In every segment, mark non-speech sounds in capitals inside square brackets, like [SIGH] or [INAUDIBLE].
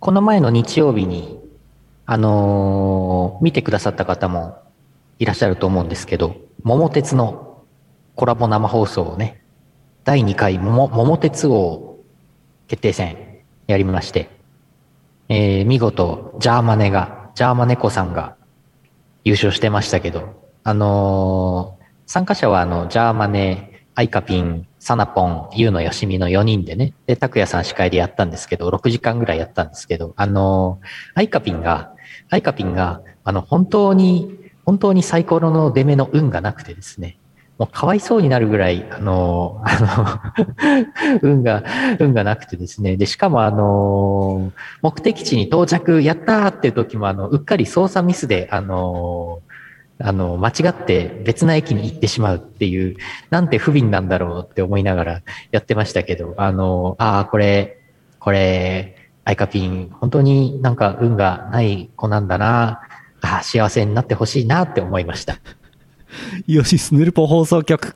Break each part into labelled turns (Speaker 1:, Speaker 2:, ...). Speaker 1: この前の日曜日に、あのー見てくださった方もいらっしゃると思うんですけど、桃鉄のコラボ生放送をね、第2回桃桃鉄王決定戦やりまして、えー見事、ジャーマネが、ジャーマネコさんが優勝してましたけど、あのー参加者はあの、ジャーマネ、アイカピン、サナポン、ユウのよしみの4人でね、で、拓也さん司会でやったんですけど、6時間ぐらいやったんですけど、あのーアイカピンが、アイカピンが、あの、本当に、本当にサイコロの出目の運がなくてですね、もうかわいそうになるぐらい、あのーあの、 [LAUGHS] 運が、運がなくてですね。で、しかもあのー目的地に到着、やったーっていう時も、あの、うっかり操作ミスで、あのーあの、間違って別な駅に行ってしまうっていう、なんて不憫なんだろうって思いながらやってましたけど、あのーああ、これ、これ、アイカピン、本当になんか運がない子なんだな、ああ、幸せになってほしいなって思いました。
Speaker 2: イオシスヌルポ放送局。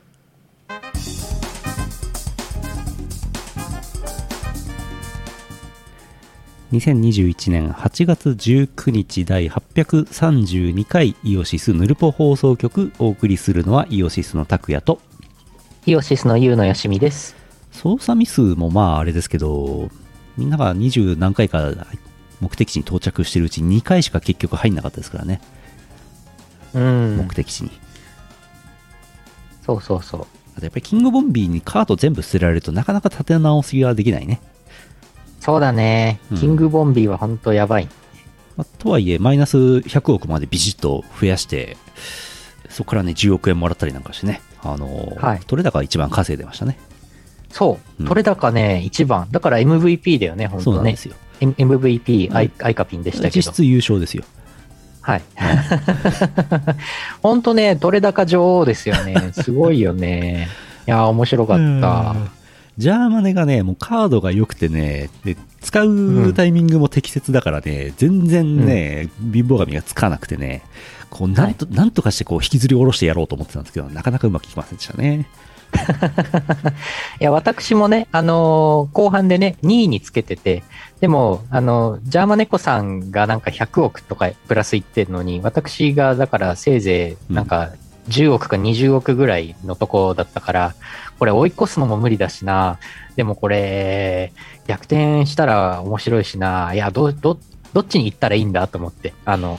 Speaker 2: 2021年8月19日第832回イオシスヌルポ放送局お送りするのはイオシスの拓也と
Speaker 1: イオシスのユウのよしみです。
Speaker 2: 操作ミスもまああれですけどみんなが20何回か目的地に到着してるうち2回しか結局入んなかったですからね、
Speaker 1: うん
Speaker 2: 目的地に
Speaker 1: そうそうそう。
Speaker 2: あとやっぱりキングボンビーにカート全部捨てられるとなかなか立て直しができないね
Speaker 1: そうだね
Speaker 2: う。ん
Speaker 1: キングボンビーは本当やばい。
Speaker 2: まあとはいえ、マイナス100億までビシッと増やして、そこからね、10億円もらったりなんかしてね、あのー
Speaker 1: はい
Speaker 2: 取れ高が一番稼いでましたね。
Speaker 1: そう。
Speaker 2: うん
Speaker 1: 取れ高ね、一番。だから MVP だよね、本
Speaker 2: そうな
Speaker 1: 当
Speaker 2: んで
Speaker 1: ね。
Speaker 2: すよ。
Speaker 1: M- MVP、アイ
Speaker 2: うん
Speaker 1: アイカピンでしたけ
Speaker 2: 実
Speaker 1: ど。
Speaker 2: 質優勝ですよ。
Speaker 1: はい。本当ね、取れ高女王ですよね。すごいよね。いやー、面白かった。
Speaker 2: ジャーマネがね、もうカードが良くてね、で使うタイミングも適切だからね、全然ね、貧乏神がつかなくてね、こうなんと、なんとかしてこう引きずり下ろしてやろうと思ってたんですけど、なかなかうまくいきませんでしたね。
Speaker 1: いや、私もね、あのー後半でね、2位につけてて、でも、あのージャーマネコさんがなんか100億とかプラスいってるのに、私がだからせいぜいなんか10億か20億ぐらいのとこだったから、これ追い越すのも無理だしな、でもこれ、逆転したら面白いしな、いや、ど、ど、どっちに行ったらいいんだと思って、あの、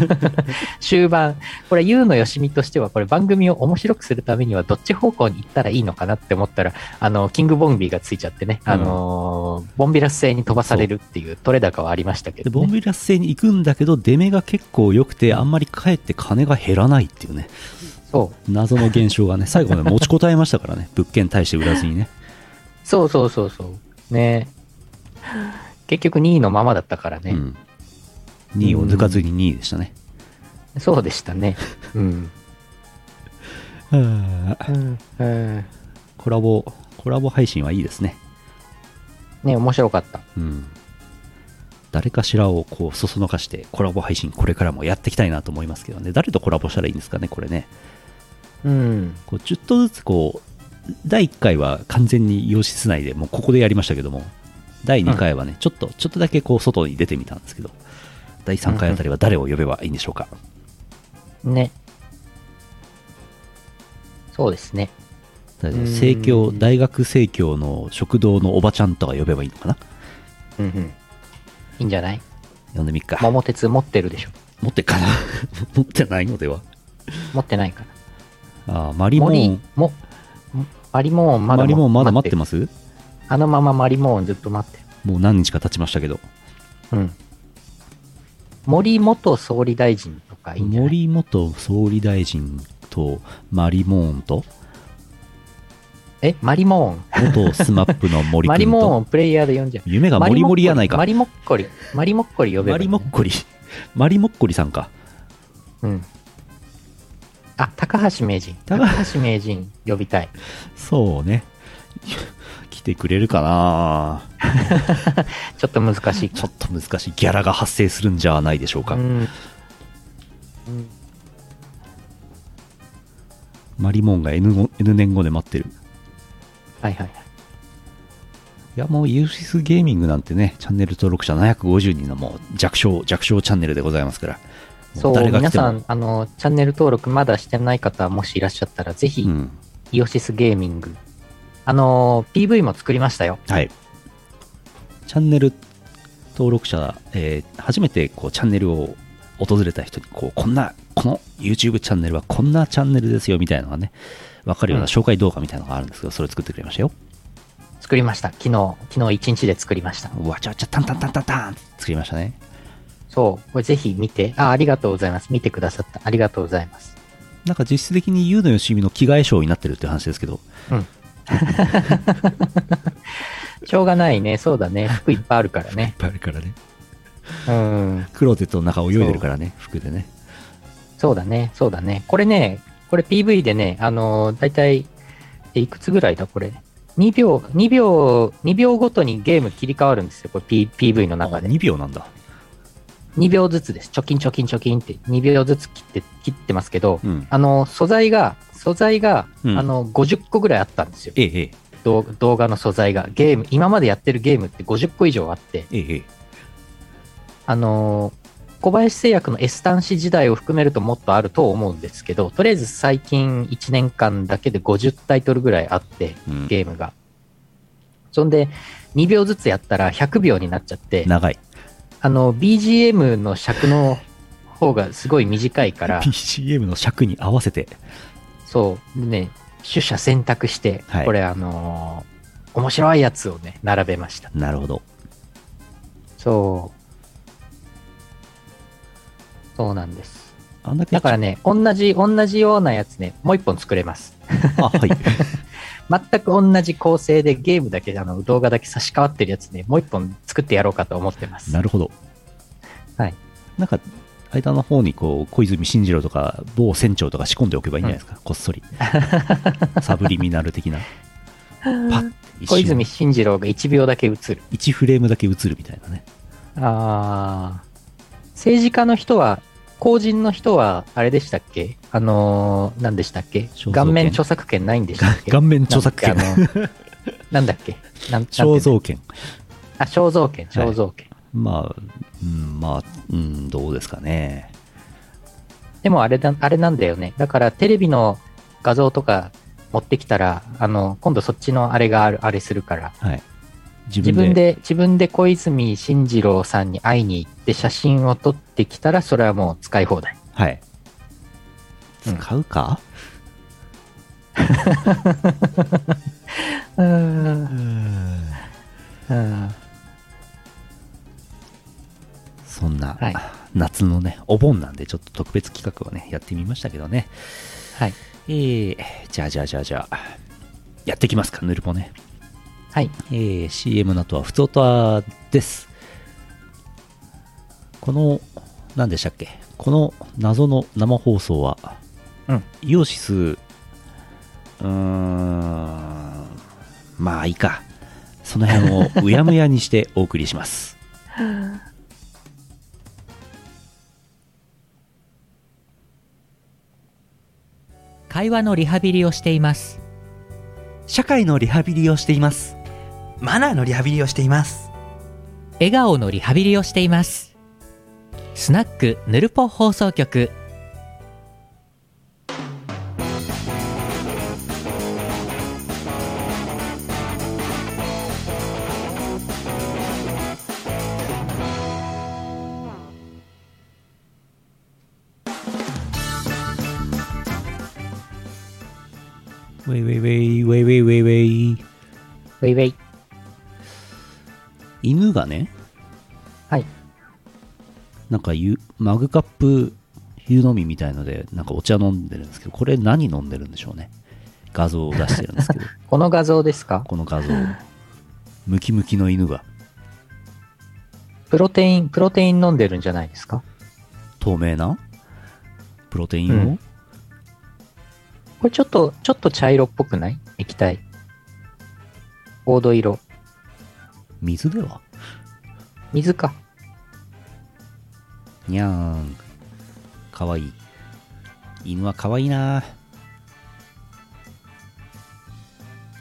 Speaker 1: [LAUGHS] 終盤、これ、ゆうのよしみとしては、これ番組を面白くするためには、どっち方向に行ったらいいのかなって思ったら、あの、キングボンビーがついちゃってね、
Speaker 2: うん
Speaker 1: あのー、ボンビラス製に飛ばされるっていう取れ高はありましたけ
Speaker 2: で
Speaker 1: ど、
Speaker 2: ボン
Speaker 1: ね、
Speaker 2: ビラス製に行くんだけど、出目が結構良くて、あんまりかえって金が減らないっていうね、
Speaker 1: そう。
Speaker 2: 謎の現象がね、最後まで持ちこたえましたからね、物件対して売らずにね。
Speaker 1: そうそうそうそう。ね結局2位のままだったからね。
Speaker 2: うん、2位を抜かずに2位でしたね。
Speaker 1: そうでしたね。うん。
Speaker 2: はあ
Speaker 1: うん
Speaker 2: コラボ、コラボ配信はいいですね。
Speaker 1: ね面白かった。
Speaker 2: うん。誰かしらをこう、そそのかして、コラボ配信これからもやっていきたいなと思いますけどね、誰とコラボしたらいいんですかね、これね。
Speaker 1: うん。
Speaker 2: こうちょっとずつこう第1回は完全に洋室内でもうここでやりましたけども第2回はね、ちょっとちょっとだけこう外に出てみたんですけど第3回あたりは誰を呼べばいいんでしょうか、
Speaker 1: ね。そうですね。
Speaker 2: だ
Speaker 1: うん
Speaker 2: 生協大学生協の食堂のおばちゃんとか呼べばいいのかな
Speaker 1: うんうん。いいんじゃない
Speaker 2: 呼んでみっか
Speaker 1: 桃鉄持ってるでしょ。
Speaker 2: 持ってっかな [LAUGHS] 持ってないのでは
Speaker 1: 持ってないから。
Speaker 2: あーマリモ
Speaker 1: 森
Speaker 2: ーン
Speaker 1: も、マリモーンまだ
Speaker 2: マリモーンまだ待って
Speaker 1: ま
Speaker 2: ます
Speaker 1: す。あのままマリモーンずっと待って
Speaker 2: もう何日か経ちましたけど
Speaker 1: る。うん。森元総理大臣とかいいんじゃない
Speaker 2: 森元総理大臣とマリモーンと
Speaker 1: え、マリモーン。
Speaker 2: 元スマップの
Speaker 1: [LAUGHS]
Speaker 2: 森
Speaker 1: マ
Speaker 2: 君
Speaker 1: リ
Speaker 2: と
Speaker 1: モーンをプレイヤーで呼んじゃう。
Speaker 2: 夢がモリモリやないか
Speaker 1: マ。リモッコリ。マリモッコリ呼べば
Speaker 2: マ
Speaker 1: い
Speaker 2: リ
Speaker 1: い
Speaker 2: モ
Speaker 1: ね
Speaker 2: ッコリ。マリモ [LAUGHS] ッコリさんか。
Speaker 1: うん。あ、高橋名人。
Speaker 2: 高
Speaker 1: 高橋名人呼びたい。
Speaker 2: そうね。 [LAUGHS] 来てくれるかな
Speaker 1: ちょっと難しいか。
Speaker 2: ちょっと難しい。ギャラが発生するんじゃないでしょうか。
Speaker 1: うん。
Speaker 2: マリモンが N, N 年後で待ってる。
Speaker 1: はいはいはい。
Speaker 2: いやもうユーシスゲーミングなんてね、チャンネル登録者750人のもう弱小、弱小チャンネルでございますから。
Speaker 1: そ
Speaker 2: も
Speaker 1: う、
Speaker 2: 誰が来
Speaker 1: 皆
Speaker 2: ても
Speaker 1: さん、あの、チャンネル登録まだしてない方、もしいらっしゃったら、ぜひ、
Speaker 2: うん。
Speaker 1: イオシスゲーミング。あのー、PV も作りましたよ。
Speaker 2: はい。チャンネル登録者、えー初めてこうチャンネルを訪れた人にこう、こんな、この YouTube チャンネルはこんなチャンネルですよみたいなのがね、わかるような
Speaker 1: うん
Speaker 2: 紹介動画みたいなのがあるんですけど、それ作ってくれましたよ。
Speaker 1: 作りました。昨日、昨日一日で作りました。
Speaker 2: わちゃわちゃ、タンタンタンタンタンって作りましたね。
Speaker 1: そう、これぜひ見て、あ、ありがとうございます。見てくださった。ありがとうございます。
Speaker 2: なんか実質的に、ゆうのよしみの着替えショーになってるって話ですけど、
Speaker 1: しょうがないね。そうだね。服いっぱいあるからね。
Speaker 2: ぱいあるからね。
Speaker 1: うん。
Speaker 2: クローゼットの中泳いでるからね、服でね。
Speaker 1: そうだね。そうだね。これね、これ PV でね、あのー、だいたい、えいくつぐらいだこれ。2秒、2秒、2秒ごとにゲーム切り替わるんですよ。これ、P、PV の中で。
Speaker 2: 2秒なんだ。
Speaker 1: 2秒ずつです。貯金貯金貯金って2秒ずつ切って、切ってますけど、
Speaker 2: うん。
Speaker 1: あの、素材が、素材が、
Speaker 2: うん
Speaker 1: あの、50個ぐらいあったんですよ。
Speaker 2: ええ、え
Speaker 1: 動動画の素材が。ゲーム、今までやってるゲームって50個以上あって、
Speaker 2: え、ええ。
Speaker 1: あのー小林製薬の S 端子時代を含めるともっとあると思うんですけど、とりあえず最近1年間だけで50タイトルぐらいあって、
Speaker 2: うん
Speaker 1: ゲームが。そんで、2秒ずつやったら100秒になっちゃって、
Speaker 2: 長い。
Speaker 1: あの、BGM の尺の方がすごい短い
Speaker 2: [LAUGHS]
Speaker 1: から、
Speaker 2: PCM の尺に合わせて。
Speaker 1: そう、でね、取捨選択して、
Speaker 2: はい
Speaker 1: これあのー面白いやつをね、並べました。
Speaker 2: なるほど。
Speaker 1: そう。そうなんです。
Speaker 2: あんだけ。
Speaker 1: だからね、同じ、同じようなやつね、もう一本作れます。
Speaker 2: あ、はい。 [LAUGHS]
Speaker 1: 全く同じ構成でゲームだけ、あの、動画だけ差し替わってるやつね、もう一本作ってやろうかと思ってます。
Speaker 2: なるほど。
Speaker 1: はい。
Speaker 2: なんか、間の方にこう、小泉進次郎とか、某船長とか仕込んでおけばいいんじゃないですか。こっそり。 [LAUGHS] サブリミナル [LAUGHS] 的な。パッ一瞬
Speaker 1: 小泉進次郎が1秒だけ映る。
Speaker 2: 1フレームだけ映るみたいなね。
Speaker 1: あー政治家の人は、公人の人は、あれでしたっけあのー、何でしたっけ
Speaker 2: 肖像権
Speaker 1: 顔面著作権ないんでしたっけ
Speaker 2: 顔面著作権
Speaker 1: なん。だっけあのなんだっけなんなんていうの
Speaker 2: 肖像権。
Speaker 1: あ、肖像権、
Speaker 2: はい
Speaker 1: 肖像権。
Speaker 2: まあ、うん、まあ、うん、どうですかね。
Speaker 1: でもあれだ、あれなんだよね。だからテレビの画像とか持ってきたら、あの、今度そっちのあれがある、あれするから。
Speaker 2: はい。自
Speaker 1: 自分。で、自分で小泉進次郎さんに会いに行って写真を撮ってきたら、それはもう使い放題。
Speaker 2: はい。
Speaker 1: うん
Speaker 2: 使うか、
Speaker 1: うーん。うん。
Speaker 2: そんな、
Speaker 1: はい
Speaker 2: 夏のね、お盆なんで、ちょっと特別企画をね、やってみましたけどね。
Speaker 1: はい。
Speaker 2: えー、じゃあじゃあじゃあじゃあ、やってきますか、ぬるぽね。
Speaker 1: はい。
Speaker 2: えー CM の後は、ふつおたです。この、何でしたっけこの謎の生放送は、
Speaker 1: うん
Speaker 2: イオシス、うーん、まあいいか。その辺をうやむやにしてお送りします。
Speaker 3: 会話のリハビリをしています
Speaker 2: 社会のリハビリをしています。
Speaker 4: マナーのリハビリをしています
Speaker 3: 笑顔のリハビリをしていますスナックぬるぽ放送局
Speaker 2: ウェイウェイウェイウェイウェイウェイウェイ。
Speaker 1: ウェイウェイ。
Speaker 2: 犬がね、
Speaker 1: はい。
Speaker 2: なんかゆマグカップ湯飲みみたいので、なんかお茶飲んでるんですけど、これ何飲んでるんでしょうね。画像を出してるんです
Speaker 1: [LAUGHS]
Speaker 2: けど、
Speaker 1: この画像ですか
Speaker 2: この画像。ムキムキの犬が
Speaker 1: プロテイン、プロテイン飲んでるんじゃないですか
Speaker 2: 透明なプロテインを、
Speaker 1: うんこれちょっと、ちょっと茶色っぽくない液体。黄土色。
Speaker 2: 水では
Speaker 1: 水か。
Speaker 2: にゃーん。かわいい。犬はかわいいな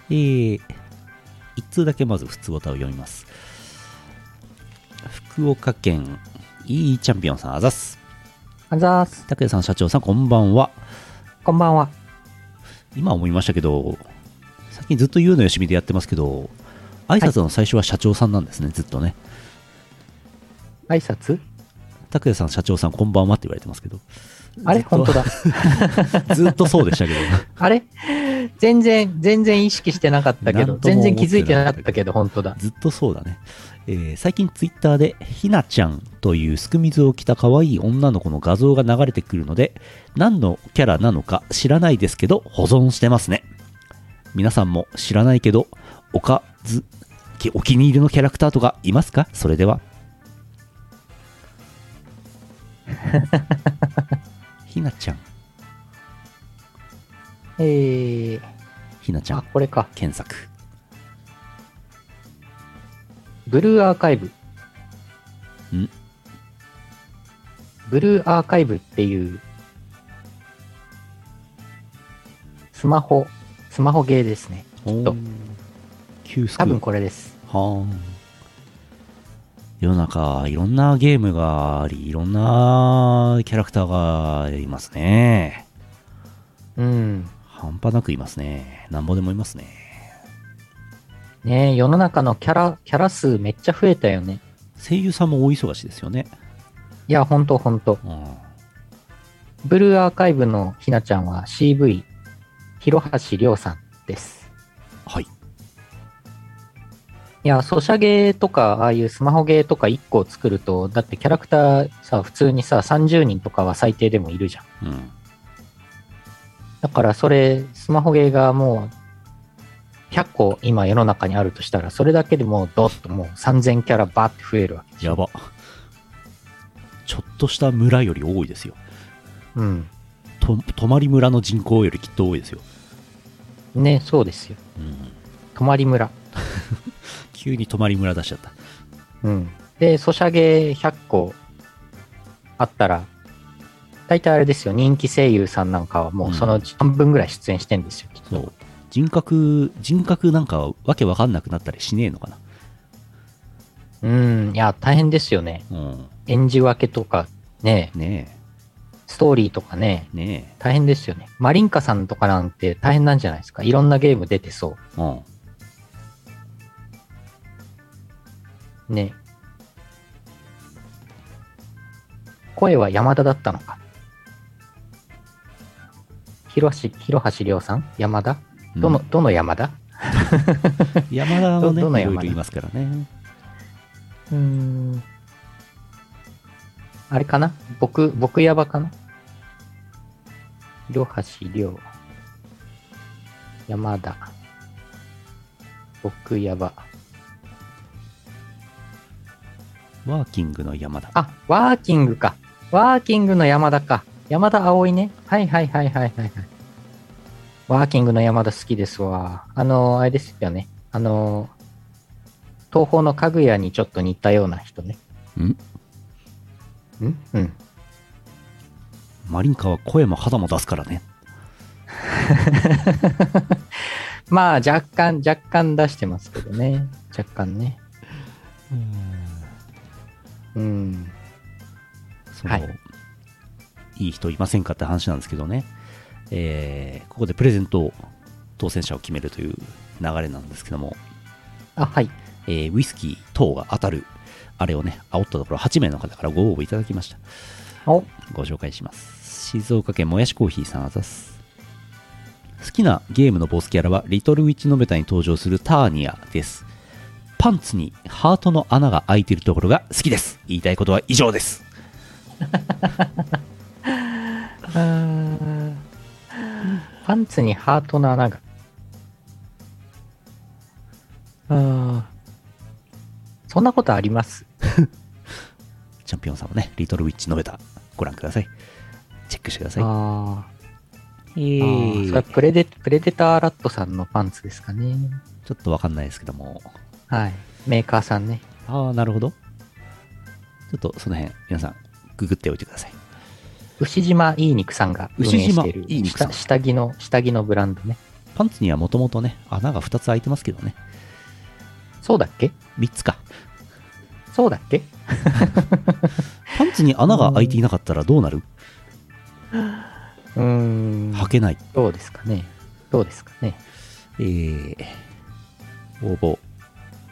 Speaker 2: えー、一通だけまず普通歌を読みます福岡県いいチャンピオンさんあざっす
Speaker 1: あざーす。
Speaker 2: 拓也さん社長さんこんばんは
Speaker 1: こんばんは。
Speaker 2: 今思いましたけど最近ずっと言うのよしみでやってますけど挨拶の最初は社長さんなんですね、ずっとね
Speaker 1: 挨拶
Speaker 2: 拓也さん社長さんこんばんはって言われてますけど
Speaker 1: あれ
Speaker 2: ずっと
Speaker 1: 本当だ。
Speaker 2: [LAUGHS] ずっとそうでしたけど
Speaker 1: あれ全然、全然意識してなかったけ
Speaker 2: な
Speaker 1: ど、
Speaker 2: んとも
Speaker 1: 全
Speaker 2: 思って
Speaker 1: 然気づいてなかったけど、本当だ。
Speaker 2: ずっとそうだね、えー最近ツイッターでひなちゃんというすく水を着た可愛い女の子の画像が流れてくるので何のキャラなのか知らないですけど保存してますね皆さんも知らないけどおかずきお気に入りのキャラクターとかいますかそれではひなちゃん
Speaker 1: えー、
Speaker 2: ひなちゃ
Speaker 1: あ
Speaker 2: ん、
Speaker 1: これか。
Speaker 2: 検索
Speaker 1: ブルーアーカイブ。
Speaker 2: ん
Speaker 1: ブルーアーカイブっていう、スマホ、スマホゲーですね。
Speaker 2: お
Speaker 1: と
Speaker 2: ー急スク
Speaker 1: 多分これです。
Speaker 2: はあ。世の中、いろんなゲームがあり、いろんなキャラクターがいますね。
Speaker 1: うん。
Speaker 2: 半端なくいますね。なんぼでもいますね。
Speaker 1: ねえ世の中のキャラ、キャラ数めっちゃ増えたよね。
Speaker 2: 声優さんも大忙しですよね。
Speaker 1: いや、ほんとほんと。
Speaker 2: うん。
Speaker 1: ブルーアーカイブのひなちゃんは CV、広橋亮さんです。
Speaker 2: はい。
Speaker 1: いや、ソシャゲとか、ああいうスマホゲーとか1個作ると、だってキャラクターさ、普通にさ、30人とかは最低でもいるじゃん。
Speaker 2: うん。
Speaker 1: だからそれ、スマホゲーがもう、100個今世の中にあるとしたら、それだけでもうドッともう3000キャラバーって増えるわけ。
Speaker 2: やば。ちょっとした村より多いですよ。
Speaker 1: うん。
Speaker 2: と、泊まり村の人口よりきっと多いですよ。
Speaker 1: ね、そうですよ。
Speaker 2: うん。
Speaker 1: 泊まり村。
Speaker 2: 急に泊まり村出しちゃった。
Speaker 1: うん。で、ソシャゲ100個あったら、大体あれですよ、人気声優さんなんかはもうそのうち半分ぐらい出演してんですよ、きっと
Speaker 2: そう。人格、人格なんかわけわかんなくなったりしねえのかな。
Speaker 1: うん、いや、大変ですよね。
Speaker 2: うん。
Speaker 1: 演じ分けとか、ね、
Speaker 2: ね
Speaker 1: ストーリーとかね、
Speaker 2: え。ねえ。
Speaker 1: 大変ですよね。マリンカさんとかなんて大変なんじゃないですか。いろんなゲーム出てそ
Speaker 2: うん。
Speaker 1: う。ね。声は山田だったのか。広橋、広橋亮さん山田どの、どの山田
Speaker 2: 山田もね、
Speaker 1: どどの [LAUGHS]
Speaker 2: いろ
Speaker 1: 山田
Speaker 2: いろいますからね。
Speaker 1: うーん。あれかな僕、僕やばかな両橋両。山田。僕やば。
Speaker 2: ワーキングの山田。
Speaker 1: あ、ワーキングか。ワーキングの山田か。山田葵ね。はいはいはいはいはいはい。ワーキングの山田好きですわ。あのあれですよね。あの東方の家具屋にちょっと似たような人ね。
Speaker 2: ん
Speaker 1: んうん。
Speaker 2: マリンカは声も肌も出すからね。
Speaker 1: まあ若干、若干出してますけどね。若干ね。うん。
Speaker 2: その、、
Speaker 1: はい
Speaker 2: い人いませんかって話なんですけどね。えーここでプレゼントを当選者を決めるという流れなんですけども、
Speaker 1: あ、はい。
Speaker 2: えーウイスキー等が当たる、あれをね、煽ったところ8名の方からご応募いただきました。
Speaker 1: お、
Speaker 2: ご紹介します静岡県もやしコーヒーさんあざっす好きなゲームのボスキャラはリトルウィッチのべたに登場するターニアですパンツにハートの穴が開いているところが好きです言いたいことは以上です
Speaker 1: パンツにハートの穴が。あーそんなことあります
Speaker 2: チャンピオンさんもねリトルウィッチのべたご覧くださいチェックしてください
Speaker 1: あー
Speaker 2: え
Speaker 1: あー。それはプレデ、プレデターラットさんのパンツですかね。
Speaker 2: ちょっとわかんないですけども
Speaker 1: はい。メーカーさんね。
Speaker 2: ああなるほどちょっとその辺皆さんググっておいてください
Speaker 1: 牛島いい肉さんが運営している
Speaker 2: 牛島いい肉さん
Speaker 1: 下下着の、下着のブランドね。
Speaker 2: パンツにはもともとね穴が2つ開いてますけどね
Speaker 1: そうだっけ
Speaker 2: 3つか。
Speaker 1: そうだっけ
Speaker 2: パンツに穴が開いていなかったらどうなる
Speaker 1: うーん
Speaker 2: 履けない。
Speaker 1: どうですかねどうですかね
Speaker 2: えー、応募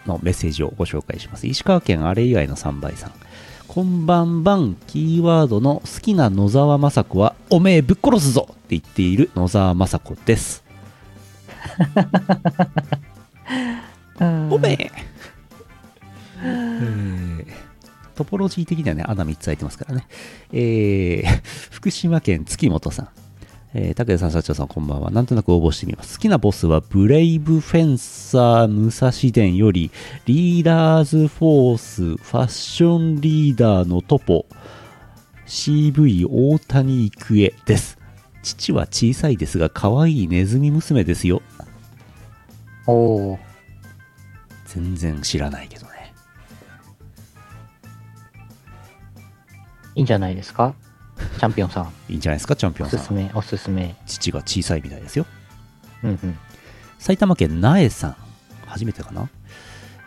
Speaker 2: のメッセージをご紹介します。石川県あれ以外の3倍さん。こんばんばん、キーワードの好きな野沢雅子は、おめえぶっ殺すぞって言っている野沢雅子です。おめ [LAUGHS] ええートポロジー的にはね、穴3つ開いてますからね。えー、 [LAUGHS] 福島県月本さん。えー、武田さん、社長さん、こんばんは。なんとなく応募してみます。好きなボスは、ブレイブフェンサー武蔵伝より、リーダーズフォース、ファッションリーダーのトポ、CV 大谷育恵です。父は小さいですが、可愛いネズミ娘ですよ。
Speaker 1: おおー
Speaker 2: 全然知らないけどね。
Speaker 1: いいんじゃないですかチャンピオンさん、
Speaker 2: いいんじゃないですか、チャンピオ
Speaker 1: お
Speaker 2: ンさ
Speaker 1: すす
Speaker 2: ん。
Speaker 1: め、おすすめ。
Speaker 2: 父が小さいみたいですよ。
Speaker 1: うんうん。
Speaker 2: 埼玉県苗さん初めてかな、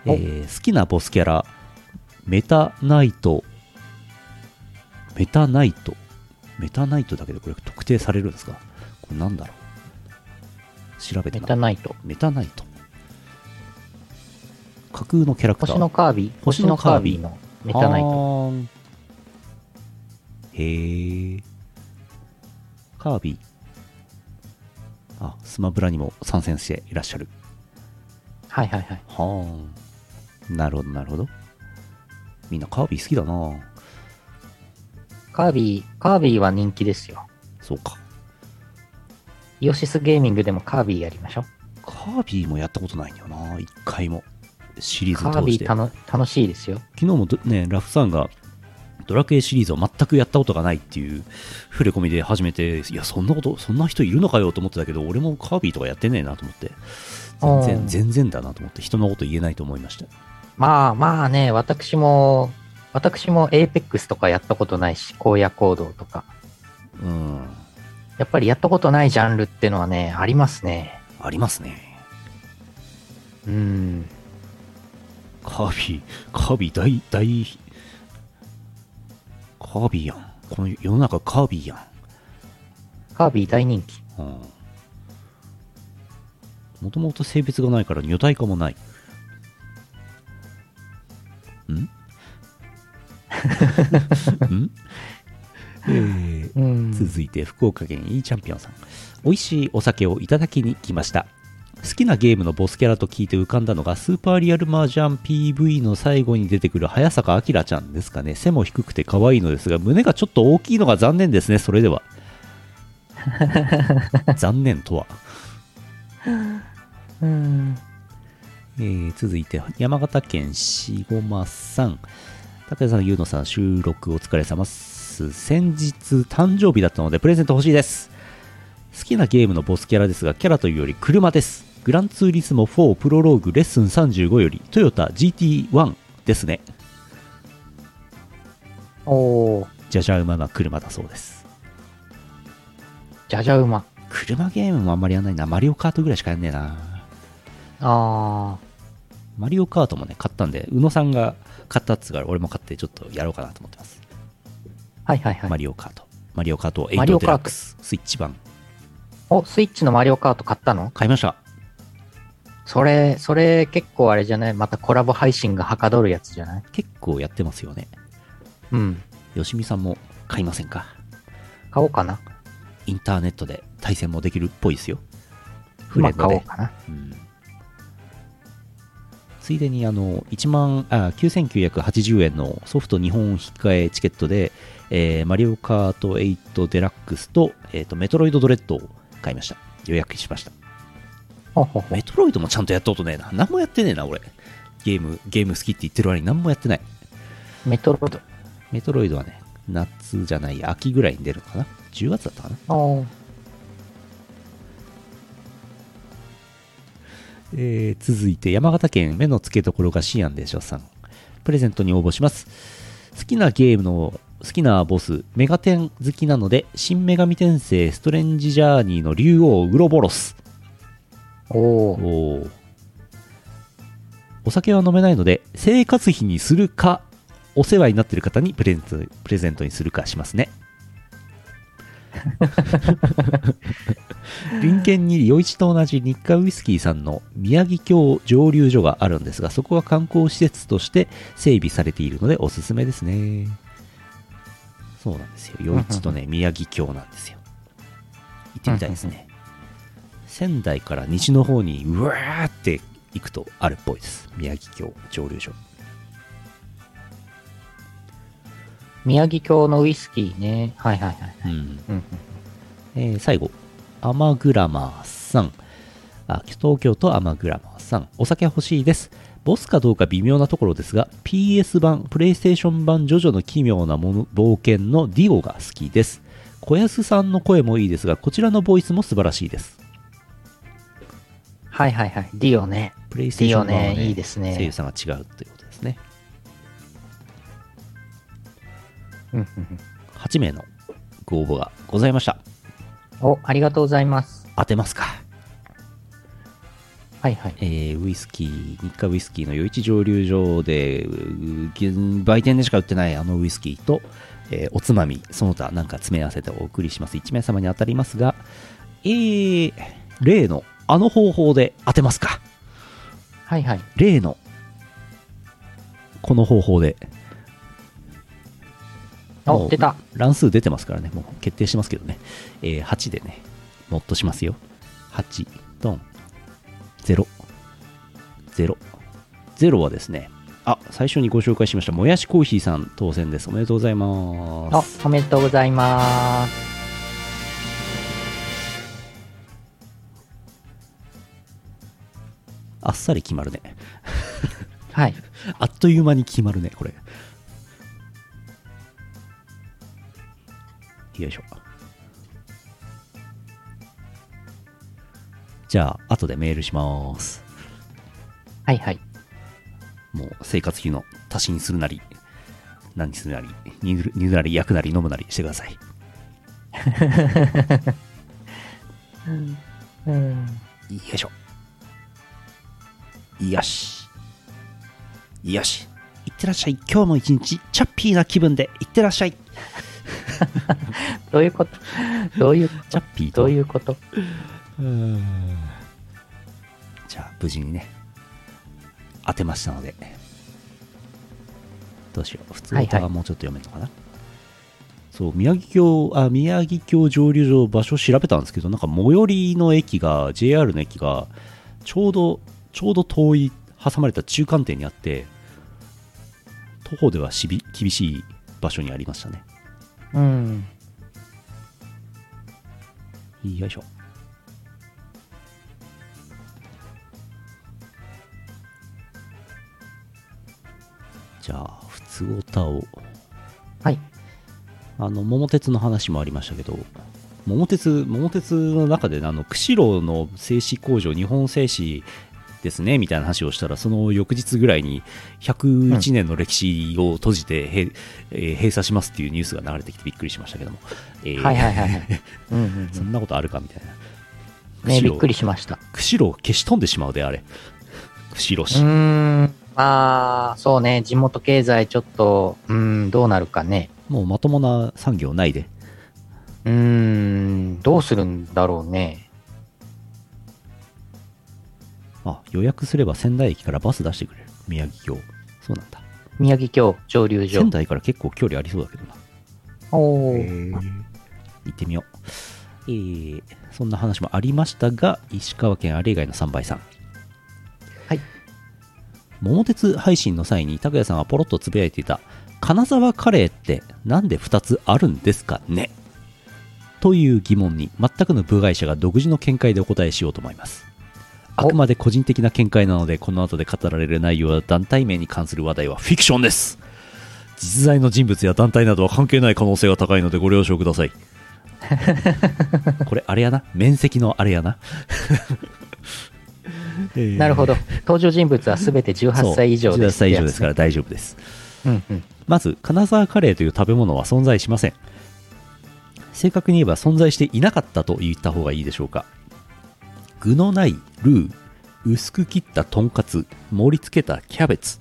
Speaker 2: え
Speaker 1: お
Speaker 2: ー好きなボスキャラメタナイトメタナイトメタナイトだけでこれ特定されるんですかこれなんだろう調べて
Speaker 1: メ
Speaker 2: な
Speaker 1: タナイト。
Speaker 2: メタナイト架空のキャラクター
Speaker 1: 星のカービィ、
Speaker 2: 星
Speaker 1: 星
Speaker 2: の
Speaker 1: の
Speaker 2: カ
Speaker 1: カ
Speaker 2: ー
Speaker 1: ー
Speaker 2: ビ
Speaker 1: ビ
Speaker 2: ィ
Speaker 1: ィのメタナイト。
Speaker 2: はーんへえ。カービィ。あ、スマブラにも参戦していらっしゃる。
Speaker 1: はいはいはい。
Speaker 2: はあ。なるほど、なるほど。みんなカービィ好きだな
Speaker 1: カービィ、カービィは人気ですよ。
Speaker 2: そうか。
Speaker 1: イオシスゲーミングでもカービィやりましょう。
Speaker 2: カービィもやったことないんだよな一回も。シリーズ
Speaker 1: カー
Speaker 2: 通
Speaker 1: ビ
Speaker 2: し
Speaker 1: ィ
Speaker 2: て。
Speaker 1: た
Speaker 2: 昨
Speaker 1: の楽しいですよ。
Speaker 2: 日もどね、ラフさんが、ドラクエシリーズを全くやったことがないっていう触れ込みで始めて、いや、そんなこと、そんな人いるのかよと思ってたけど、俺もカービィとかやってねえなと思って、全
Speaker 1: あ
Speaker 2: 然、
Speaker 1: ー
Speaker 2: 全然だなと思って、人のこと言えないと思いました。
Speaker 1: まあまあね、私も、私もエーペックスとかやったことないし、荒野行動とか。
Speaker 2: うん、
Speaker 1: やっぱりやったことないジャンルってのはね、ありますね。
Speaker 2: ありますね。
Speaker 1: うん。
Speaker 2: カービィ、カービィ大、大、カービィやん。この世の中カービィやん。
Speaker 1: カービィ大人気。
Speaker 2: もともと性別がないから女体化もない。 [LAUGHS] んん、えー
Speaker 1: うん
Speaker 2: 続いて福岡県いいチャンピオンさん美味しいお酒をいただきに来ました好きなゲームのボスキャラと聞いて浮かんだのがスーパーリアルマージャン PV の最後に出てくる早坂明ちゃんですかね背も低くて可愛いのですが胸がちょっと大きいのが残念ですねそれ
Speaker 1: [LAUGHS]
Speaker 2: では残念とは
Speaker 1: うん。
Speaker 2: えー続いて山形県しごまさん高谷さん、ゆうのさん、収録お疲れ様です。先日誕生日だったのでプレゼント欲しいです。好きなゲームのボスキャラですが、キャラというより車です。グランツーリスモ4プロローグレッスン35よりトヨタ GT1 ですね。
Speaker 1: おー、
Speaker 2: じゃじゃ馬な車だそうです。
Speaker 1: じゃじゃ馬。
Speaker 2: 車ゲームもあんまりやんないな。マリオカートぐらいしかやんねえな。
Speaker 1: あ
Speaker 2: マリオカートもね、買ったんで、宇野さんが買ったっつうから、俺も買ってちょっとやろうかなと思ってます。
Speaker 1: ー。はいはいはい。
Speaker 2: マリオカート。マリオカート
Speaker 1: マリ
Speaker 2: 8
Speaker 1: オ
Speaker 2: デ
Speaker 1: カート
Speaker 2: ラックススイッチ版。
Speaker 1: お、スイッチのマリオカート買ったの
Speaker 2: 買いました。
Speaker 1: それ、それ結構あれじゃないまたコラボ配信がはかどるやつじゃない
Speaker 2: 結構やってますよね。
Speaker 1: うん。
Speaker 2: よしみさんも買いませんか
Speaker 1: 買おうかな。
Speaker 2: インターネットで対戦もできるっぽいですよ。フ
Speaker 1: 今
Speaker 2: レンド
Speaker 1: 買おう
Speaker 2: で。
Speaker 1: かな。
Speaker 2: うんついでにあの1万あ9980円のソフト日本引き換えチケットで、えーマリオカート8デラックスと,、えーとメトロイドドレッドを買いました。予約しました。
Speaker 1: ほうほうほう
Speaker 2: メトロイドもちゃんとやったことねえな。何もやってねえな、俺。ゲーム、ゲーム好きって言ってる割に何もやってない。
Speaker 1: メトロイド。
Speaker 2: メトロイドはね、夏じゃない、秋ぐらいに出るのかな ?10 月だったかな
Speaker 1: おー
Speaker 2: えー続いて山形県目の付けどころがシアンでしょさんプレゼントに応募します好きなゲームの好きなボスメガテン好きなので新女神転生ストレンジジャーニーの竜王ウロボロス
Speaker 1: おー
Speaker 2: おーお酒は飲めないので、生活費にするか、お世話になっている方にプレゼントプレゼントにするかし [LAUGHS] ますね。隣県に余市と同じ日課ウイスキーさんの宮城郷蒸留所があるんですが、そこは観光施設として整備されているのでおすすめですね。そうなんですよ。余市とね、宮城郷なんですよ。行ってみたいですね。仙台から西の方にうわーって行くとあるっぽいです。宮城郷蒸留所。
Speaker 1: 宮城郷のウイスキーね。はいはいはい。
Speaker 2: うん
Speaker 1: うんうん
Speaker 2: えー最後、アマグラマーさん。あ、東京都アマグラマーさん。お酒欲しいです。ボスかどうか微妙なところですが、PS 版、PlayStation 版、ジョジョの奇妙なもの冒険のディオが好きです。小安さんの声もいいですが、こちらのボイスも素晴らしいです。
Speaker 1: はいはいはい。ディオね。
Speaker 2: プレイステーション版は
Speaker 1: ディオねいいですね
Speaker 2: 声優さんが違うということですね。
Speaker 1: うんうんうん
Speaker 2: 8名のご応募がございました。
Speaker 1: お、ありがとうございます。
Speaker 2: 当てますか。
Speaker 1: はいはい。
Speaker 2: えーウイスキー、日課ウイスキーの余市蒸留所で、うー売店でしか売ってないあのウイスキーと、えーおつまみ、その他なんか詰め合わせてお送りします。1名様に当たりますが、えー例のあの方法で当てますか。
Speaker 1: はいはい。
Speaker 2: 例のこの方法で。も
Speaker 1: お、
Speaker 2: う
Speaker 1: 出た。
Speaker 2: 乱数出てますからね、もう決定してますけどね。えー8でね、もっとしますよ。8、ドン、0、0、0はですね、あ、最初にご紹介しました、もやしコーヒーさん当選です。おめでとうございま
Speaker 1: お
Speaker 2: す。、
Speaker 1: おめでとうございます。
Speaker 2: あっさり決まるね。
Speaker 1: はい。
Speaker 2: あっという間に決まるね、これ。よいしょ。じゃあ、後でメールします。
Speaker 1: はいはい。
Speaker 2: もう生活費の足しにするなり、何にするなり、煮る煮るなり、焼くなり、飲むなりしてください。
Speaker 1: うん。
Speaker 2: よいしょ。よし。よし。いってらっしゃい。今日も一日、チャッピーな気分で、いってらっしゃい。チ
Speaker 1: どういうことどういう、
Speaker 2: ャッピー
Speaker 1: ど
Speaker 2: と
Speaker 1: う。いうこと
Speaker 2: じゃあ、無事にね、当てましたので。どうしよう。普通
Speaker 1: はいはい
Speaker 2: はもうちょっと読めるのかな。そう、宮城京、あ、宮城京蒸留所場所調べたんですけど、なんか最寄りの駅が、JR の駅が、ちょうど、ちょうど遠い、挟まれた中間点にあって、徒歩ではしび厳しい場所にありましたね。
Speaker 1: うん。
Speaker 2: よいしょ。じゃあ、普通オタを。
Speaker 1: はい。
Speaker 2: あの、桃鉄の話もありましたけど、桃鉄、桃鉄の中で、あの、釧路の製紙工場、日本製紙ですね、みたいな話をしたら、その翌日ぐらいに、101年の歴史を閉じて、へえー閉鎖しますっていうニュースが流れてきてびっくりしましたけども。えー
Speaker 1: はいはいはい
Speaker 2: [LAUGHS]
Speaker 1: はい。うんうんうん
Speaker 2: そんなことあるかみたいな。
Speaker 1: ね、び
Speaker 2: 釧
Speaker 1: っ
Speaker 2: 路
Speaker 1: くりしました。
Speaker 2: 釧路を消し飛んでしまうであれ釧路
Speaker 1: う
Speaker 2: 市、
Speaker 1: ーん。まあ、そうね、地元経済ちょっと、うーん、どうなるかね。
Speaker 2: もうまともな産業ないで
Speaker 1: うーん、どうするんだろうね。
Speaker 2: あ予約すれば仙台駅からバス出してくれる宮城京そうなんだ
Speaker 1: 宮城京蒸留所
Speaker 2: 仙。台から結構距離ありそうだけどな
Speaker 1: おお。
Speaker 2: 行ってみようえーそんな話もありましたが石川県あれ以外の3倍さん
Speaker 1: はい
Speaker 2: 桃鉄配信の際に拓也さんはポロッとつぶやいていた金沢カレーってなんで2つあるんですかねという疑問に全くの部外者が独自の見解でお答えしようと思いますあくまで個人的な見解なのでこの後で語られる内容や団体名に関する話題はフィクションです実在の人物や団体などは関係ない可能性が高いのでご了承く
Speaker 1: [LAUGHS]
Speaker 2: ださいこれあれやな面積のあれ
Speaker 1: [LAUGHS]
Speaker 2: やな、
Speaker 1: なるほど。登場人物はすべ
Speaker 2: [LAUGHS]
Speaker 1: て18歳以上
Speaker 2: で
Speaker 1: ですすって
Speaker 2: 歳以
Speaker 1: やつ。
Speaker 2: 上ですから大丈夫です
Speaker 1: うんうん。
Speaker 2: まず金沢カレーという食べ物は存在しません正確に言えば存在していなかったと言った方がいいでしょうか具のないルー薄く切ったとんかつ盛り付けたキャベツ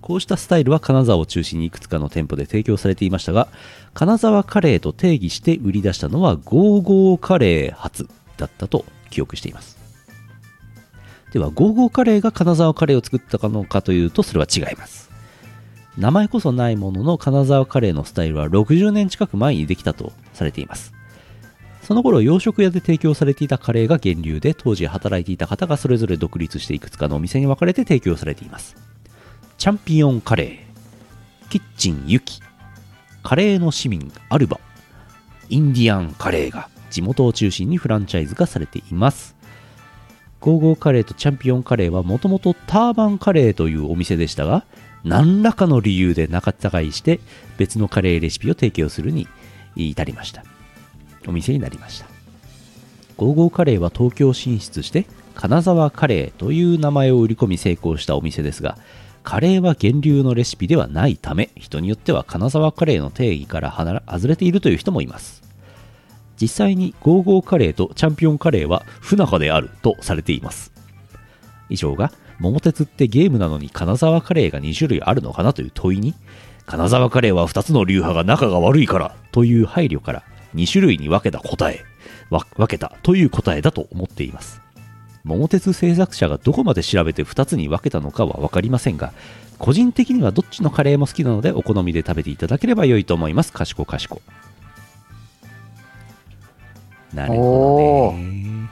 Speaker 2: こうしたスタイルは金沢を中心にいくつかの店舗で提供されていましたが金沢カレーと定義して売り出したのは55カレー初だったと記憶していますでは55カレーが金沢カレーを作ったのかというとそれは違います名前こそないものの金沢カレーのスタイルは60年近く前にできたとされていますその頃洋食屋で提供されていたカレーが源流で当時働いていた方がそれぞれ独立していくつかのお店に分かれて提供されていますチャンピオンカレーキッチンユキカレーの市民アルバインディアンカレーが地元を中心にフランチャイズ化されていますゴーゴーカレーとチャンピオンカレーはもともとターバンカレーというお店でしたが何らかの理由で仲違いして別のカレーレシピを提供するに至りましたお店になりましたゴーゴーカレーは東京進出して金沢カレーという名前を売り込み成功したお店ですがカレーは源流のレシピではないため人によっては金沢カレーの定義から離れ外れているという人もいます実際にゴーゴーカレーとチャンピオンカレーは不仲であるとされています以上が桃鉄ってゲームなのに金沢カレーが2種類あるのかなという問いに金沢カレーは2つの流派が仲が悪いからという配慮から2種類に分けた答えわ分けたという答えだと思っています桃鉄制作者がどこまで調べて2つに分けたのかは分かりませんが個人的にはどっちのカレーも好きなのでお好みで食べていただければ良いと思いますかしこかしこなるほどね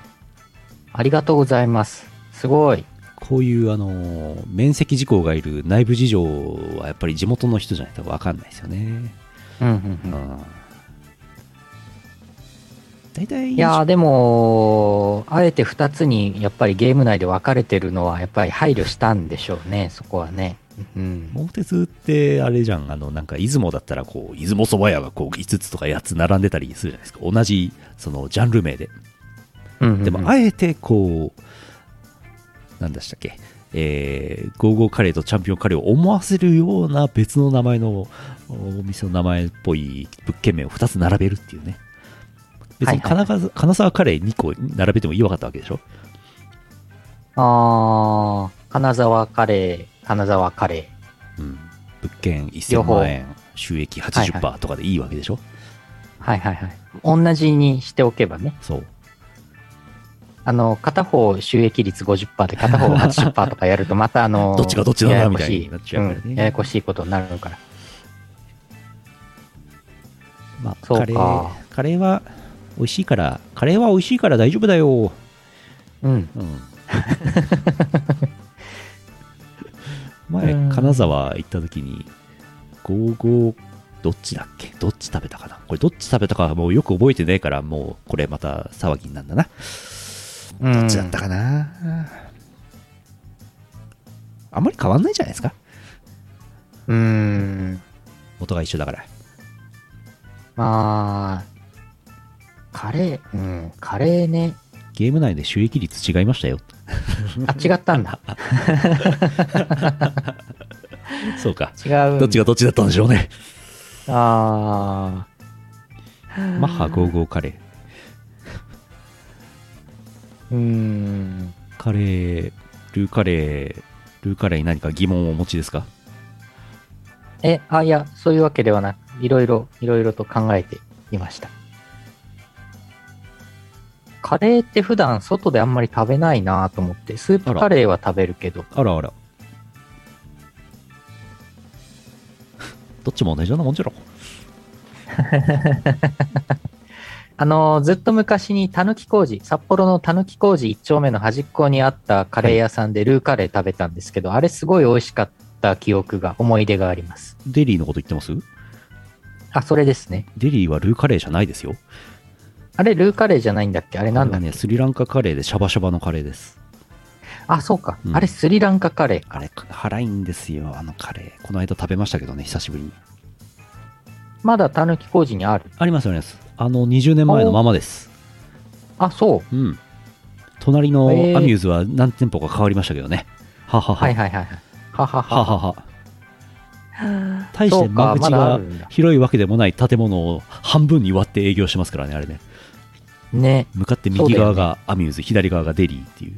Speaker 1: ありがとうございます。すごい。
Speaker 2: こういうあのー面積事項がいる内部事情はやっぱり地元の人じゃないと分かんないですよね
Speaker 1: うんうんうん
Speaker 2: うん大体
Speaker 1: いやーでも、あえて2つにやっぱりゲーム内で分かれてるのは、やっぱり配慮したんでしょうね、そこはね。うん、
Speaker 2: 桃鉄ってあれじゃんあのなんか出雲だったらこう出雲そば屋がこう5つとか8つ並んでたりするじゃないですか同じそのジャンル名で
Speaker 1: うんうんうん
Speaker 2: でもあえてこう何でしたっけえー、ゴーゴーカレーとチャンピオンカレーを思わせるような別の名前のお店の名前っぽい物件名を2つ並べるっていうね別に
Speaker 1: はいはい
Speaker 2: 金,、金沢カレー2個並べてもいいわかったわけでしょ
Speaker 1: あー金沢カレー、金沢カレ
Speaker 2: うん、物件1000
Speaker 1: 両方
Speaker 2: 万円収益80%とかでいいわけでしょ、
Speaker 1: ー。はいはいはい。同じにしておけばね、
Speaker 2: そう
Speaker 1: あの、片方収益率50%で片方80%とかやると、またあの、
Speaker 2: [LAUGHS] どっちがどっちだな
Speaker 1: ややこし
Speaker 2: みたいになっちゃうからね
Speaker 1: んややこしいことになるから。
Speaker 2: まあ、
Speaker 1: そうか
Speaker 2: カレーカレーは美味しいからカレーは美味しいから大丈夫だよ、
Speaker 1: うん。
Speaker 2: うん、 [LAUGHS]
Speaker 1: う
Speaker 2: 前
Speaker 1: ん
Speaker 2: 金沢行った時にゴーゴーどっちだっけどっち食べたかなこれどっち食べたかはもうよく覚えてないからもうこれまた騒ぎになるんだな
Speaker 1: ど
Speaker 2: どっちだったかな、あんまり変わんないじゃないですか
Speaker 1: うーん。
Speaker 2: 元が一緒だから
Speaker 1: まあ、カレー、うん、カレーね。
Speaker 2: ゲーム内で収益率違いましたよ
Speaker 1: [LAUGHS] あ、違ったんだ。
Speaker 2: そうか
Speaker 1: 違う。
Speaker 2: どっちがどっちだったんでしょうね
Speaker 1: あ
Speaker 2: マッハゴーゴーカレー
Speaker 1: ーうーん。
Speaker 2: カレー、ルーカレー、ルーカレーに何か疑問をお持ちですか
Speaker 1: え、あ、いや、そういうわけではなく、いろいろ、いろいろと考えていました。カレーって普段外であんまり食べないなと思って、スープカレーは食べるけど、
Speaker 2: あらあら。 [LAUGHS] どっちも同じようなもんじゃろ。
Speaker 1: あのーずっと昔にたぬき工事、札幌のたぬき工事1丁目の端っこにあったカレー屋さんでルーカレー食べたんですけど、あれすごい美味しかった記憶が、思い出があります。
Speaker 2: デリーのこと言ってます
Speaker 1: あ、それですね。
Speaker 2: デリーはルーカレーじゃないですよ。
Speaker 1: あれ、ルーカレーじゃないんだっけあれなんだ
Speaker 2: あ
Speaker 1: っ
Speaker 2: れ
Speaker 1: け
Speaker 2: はね、スリランカカレーでシャバシャバのカレーです。
Speaker 1: あ、そうか。
Speaker 2: うん
Speaker 1: あれ、スリランカカレーか。
Speaker 2: あれ、辛いんですよ、あのカレー。この間食べましたけどね、久しぶりに。
Speaker 1: まだたぬき工事にある。
Speaker 2: ありますよね。あの、20年前のままです。
Speaker 1: あ、そう。
Speaker 2: うん。隣のア
Speaker 1: へー
Speaker 2: ミューズは何店舗か変わりましたけどね。ははは。
Speaker 1: はいはいはいはい。はは
Speaker 2: は
Speaker 1: は。
Speaker 2: はは。大し
Speaker 1: そ
Speaker 2: て
Speaker 1: うか
Speaker 2: 間口
Speaker 1: まだあ
Speaker 2: が
Speaker 1: るんだ
Speaker 2: 広いわけでもない建物を半分に割って営業してますからね、あれね。
Speaker 1: ね。
Speaker 2: 向かって右側がアミューズ、左側がデリーっていう。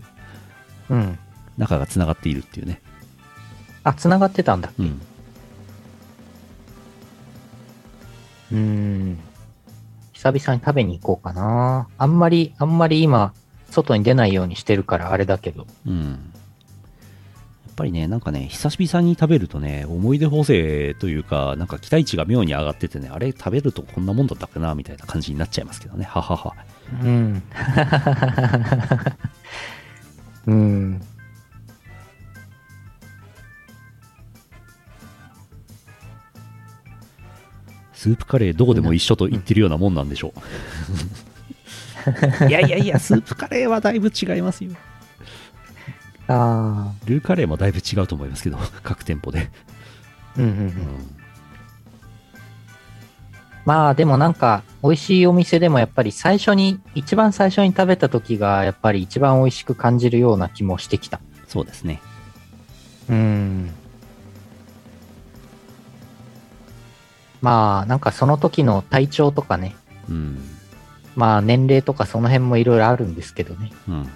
Speaker 1: うん。
Speaker 2: 中が繋がっているっていうね。
Speaker 1: あ、繋がってたんだ。
Speaker 2: うん。
Speaker 1: うーん。久々に食べに行こうかな。あんまり、あんまり今、外に出ないようにしてるからあれだけど。
Speaker 2: うん。やっぱりね、なんかね、久々に食べるとね、思い出補正というか、なんか期待値が妙に上がっててね、あれ食べるとこんなもんだったかな、みたいな感じになっちゃいますけどね。ははは。
Speaker 1: うん。 [LAUGHS] うん。
Speaker 2: スープカレーどこでも一緒と言ってるようなもんなんでしょ [LAUGHS] う。いやいやいや、スープカレーはだいぶ違いますよ。
Speaker 1: あ
Speaker 2: ルーカレーもだいぶ違うと思いますけど、各店舗で。
Speaker 1: あ。うんうんう
Speaker 2: うん
Speaker 1: ん。まあでもなんか、美味しいお店でもやっぱり最初に、一番最初に食べた時が、やっぱり一番美味しく感じるような気もしてきた。
Speaker 2: そうですね。
Speaker 1: うん。まあ、なんかその時の体調とかね、
Speaker 2: うん。
Speaker 1: まあ年齢とかその辺もいろいろあるんですけどね。
Speaker 2: うん。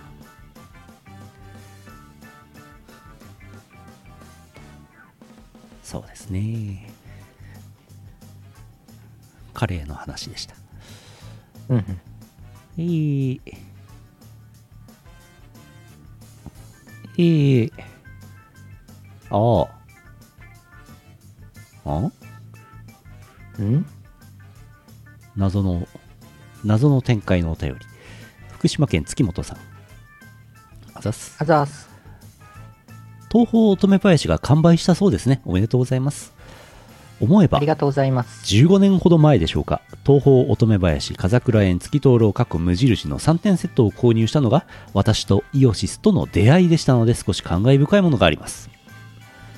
Speaker 2: そうですね。カレーの話でした。
Speaker 1: うんうん。
Speaker 2: えー、えー、ああ。ん
Speaker 1: うん
Speaker 2: 謎の、謎の展開のお便り。福島県月本さん。あざっす。
Speaker 1: あざーす。
Speaker 2: 東方乙女林が完売したそうですね。おめでとうございます。思え
Speaker 1: あ
Speaker 2: ば
Speaker 1: り、がとうございます。
Speaker 2: 15年ほど前でしょうか、東方乙女林、風倉園、月灯籠、過去無印の3点セットを購入したのが、私とイオシスとの出会いでしたので、少し感慨深いものがあります。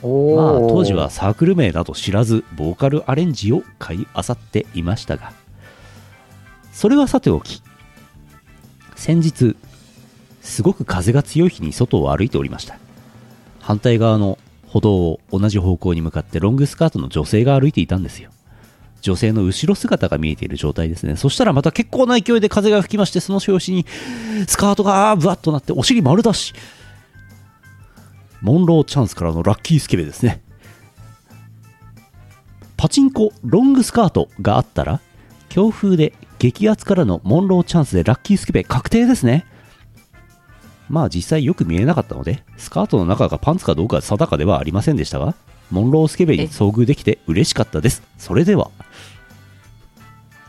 Speaker 1: お
Speaker 2: まあ、
Speaker 1: ー
Speaker 2: 当時は。サークル名など知らず、ボーカルアレンジを買いあさっていましたが、それはさておき、先日、すごく風が強い日に外を歩いておりました。反対側の歩道を同じ方向に向かってロングスカートの女性が歩いていたんですよ。女性の後ろ姿が見えている状態ですね。そしたらまた結構な勢いで風が吹きまして、その拍子にスカートがブワッとなってお尻丸出し。モンローチャンスからのラッキースケベですね。パチンコロングスカートがあったら、強風で激圧からのモンローチャンスでラッキースケベ確定ですね。まあ実際よく見えなかったので、スカートの中がパンツかどうか定かではありませんでしたが、モンロースケベに遭遇できて嬉しかったです。それでは。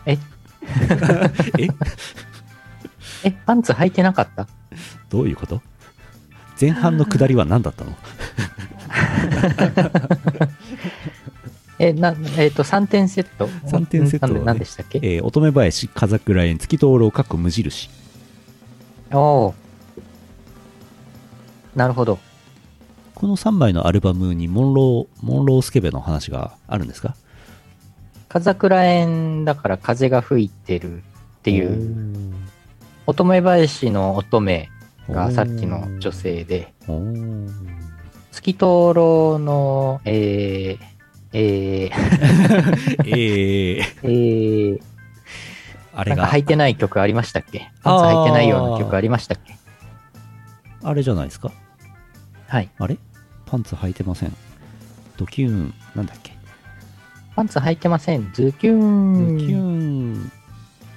Speaker 1: え、
Speaker 2: え
Speaker 1: え、パンツ履いてなかった
Speaker 2: どういうこと前半の下りは何だったの
Speaker 1: え、な、えっ、と、3点セット。
Speaker 2: 三点セットだね
Speaker 1: なんで何でしたっけ
Speaker 2: えー乙女林、風倉園、月灯籠、かっこ無印。
Speaker 1: おーなるほど。
Speaker 2: この3枚のアルバムにモンロー、モンロースケベの話があるんですか
Speaker 1: 風倉園だから風が吹いてるっていう、乙女林の乙女がさっきの女。性で、
Speaker 2: おー
Speaker 1: 月灯籠の、えー、えー、
Speaker 2: えー、
Speaker 1: えー、
Speaker 2: あ
Speaker 1: な
Speaker 2: れ
Speaker 1: んか
Speaker 2: が
Speaker 1: 履、いてない曲ありましたっけパンツ履いてないような曲ありましたっけ
Speaker 2: あれじゃないですか
Speaker 1: はい。
Speaker 2: あれパンツ履いてません。ドキューン、なんだっけ
Speaker 1: パンツ履いてません。ズキュー
Speaker 2: ド
Speaker 1: ン。
Speaker 2: キューン、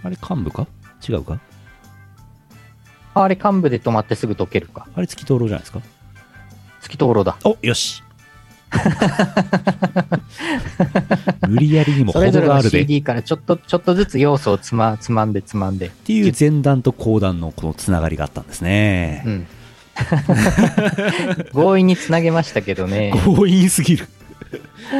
Speaker 2: あれ幹部か違うか
Speaker 1: あれ幹部で止まってすぐ溶けるか。
Speaker 2: あれ月灯籠じゃないですか
Speaker 1: 月灯籠だ。
Speaker 2: およし無理やりにも
Speaker 1: それぞ
Speaker 2: 程
Speaker 1: れ
Speaker 2: があ
Speaker 1: の
Speaker 2: るでっ
Speaker 1: CD からちょっと、ちょっとずつ要素をつま、つまんでつまんで。
Speaker 2: ていう前段と後段のこのつながりがあったんですね
Speaker 1: う、ん。強引につなげましたけどね。
Speaker 2: 強引すぎる
Speaker 1: う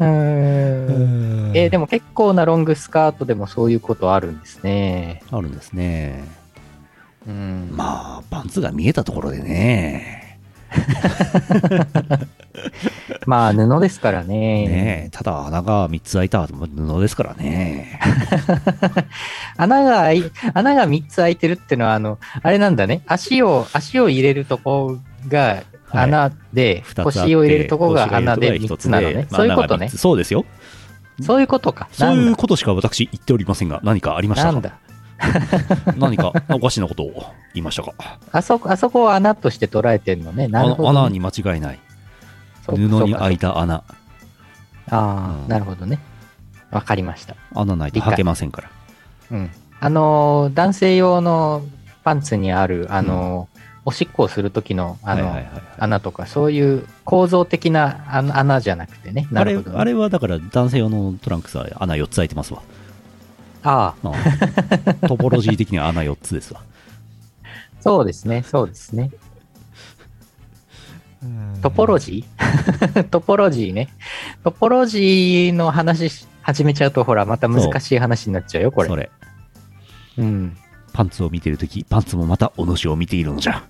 Speaker 1: ーん。えーでも結構なロングスカートでもそういうことあるんですね。
Speaker 2: あるんですね
Speaker 1: うん。
Speaker 2: まあパンツが見えたところでね
Speaker 1: まあ、布ですからね。
Speaker 2: ねえただ穴が3つ開いた布ですからね
Speaker 1: 穴が開い、穴が3つ開いてるってのは、あの、あれなんだね。足を、足を入れるとこが
Speaker 2: はい
Speaker 1: 穴で、
Speaker 2: 二つあって
Speaker 1: 腰を入れるとこ
Speaker 2: 腰
Speaker 1: が
Speaker 2: が入
Speaker 1: 穴
Speaker 2: れ
Speaker 1: で
Speaker 2: るとこが一
Speaker 1: 3
Speaker 2: つ
Speaker 1: つなのね。
Speaker 2: まあ
Speaker 1: そういうこと
Speaker 2: 穴が
Speaker 1: ね
Speaker 2: 三つ。そうですよ
Speaker 1: そういうことか。
Speaker 2: そう
Speaker 1: ないん
Speaker 2: う
Speaker 1: だ。
Speaker 2: ことしか私言っておりませんが何かありました
Speaker 1: な
Speaker 2: か
Speaker 1: んだ。
Speaker 2: 何かおかしなことを言いましたか。
Speaker 1: あそこ、あそこを穴として捉えてんのね。なる
Speaker 2: あ
Speaker 1: ほ
Speaker 2: の
Speaker 1: ど。
Speaker 2: 穴に間違いない。
Speaker 1: そう
Speaker 2: 布
Speaker 1: かそう
Speaker 2: に
Speaker 1: か
Speaker 2: 開いた穴。
Speaker 1: ああ、
Speaker 2: うん
Speaker 1: なるほどね。わかりました。
Speaker 2: 穴ないと履けませんから。
Speaker 1: うん。あのー男性用のパンツにある、あのーおしっこをする時の、あの、
Speaker 2: はいはいはいはい
Speaker 1: 穴とか、そういう構造的なあの穴じゃなくてね。な
Speaker 2: あれ
Speaker 1: るほど、ね。
Speaker 2: あれはだから男性用のトランクスは穴4つ開い
Speaker 1: [LAUGHS]
Speaker 2: てますわ。
Speaker 1: ああ、
Speaker 2: うんトポロジー的には穴4つですわ。
Speaker 1: そうですね、そうですね。トポロジー [LAUGHS] トポロジーね。トポロジーの話し始めちゃうと、ほら、また難しい話になっちゃうよ、これ。
Speaker 2: それ。
Speaker 1: うん。
Speaker 2: パンツを見ているとき、パンツもまたお主を見ているのじゃ。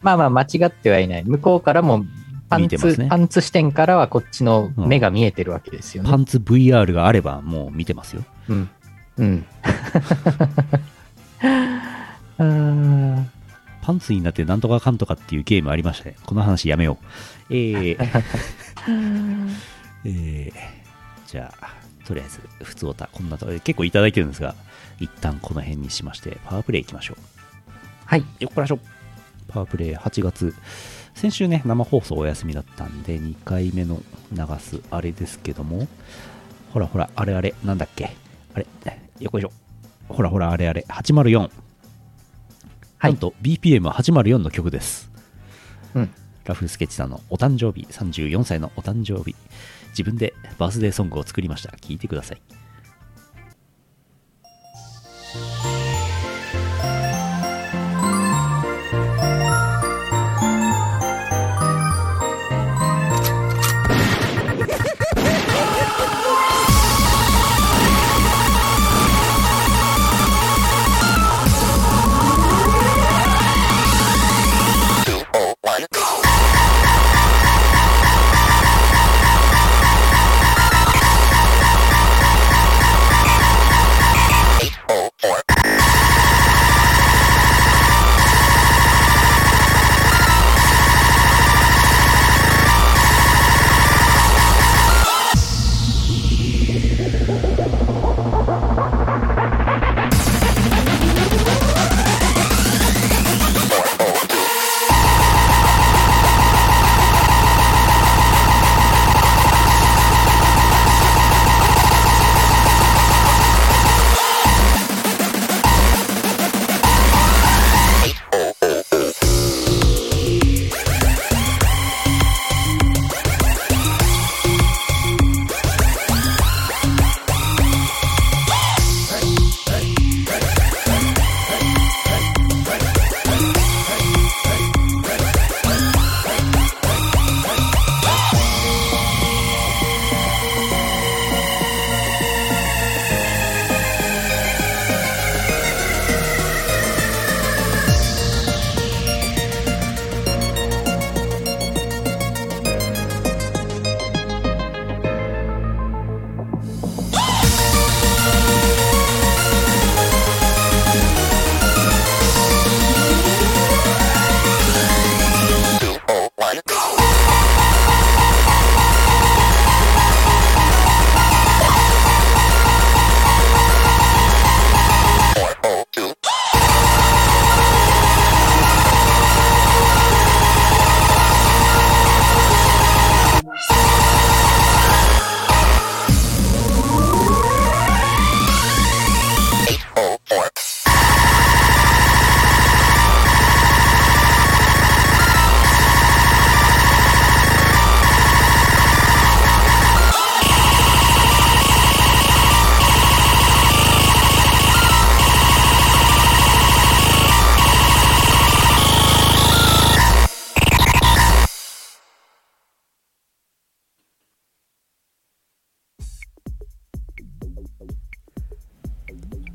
Speaker 1: まあまあ、間違ってはいない。向こうからも、パン
Speaker 2: 見てま
Speaker 1: ツ、
Speaker 2: すね
Speaker 1: パンツ視点からはこっちの目が見えてるわけですよね。
Speaker 2: パンツ VR があればもう見てますよ。
Speaker 1: うん。うん。うーん
Speaker 2: パンツになってなんとかかんとかっていうゲームありましたね。この話やめよう。えー、えーじゃあ、とりあえず、普通おた、こんなと、結構いただいてるんですが、一旦この辺にしまして、パワープレイいきましょう。
Speaker 1: [LAUGHS] はい。
Speaker 2: よっこらしょパワープレイ8月先週ね生放送お休みだったんで2回目の流すあれですけどもほらほらあれあれなんだっけあれよっこいしょほらほらあれあれ804
Speaker 1: はい
Speaker 2: なんと BPM804 の曲です
Speaker 1: うん
Speaker 2: ラフスケッチさんのお誕生日34歳のお誕生日自分でバースデーソングを作りました聴いてください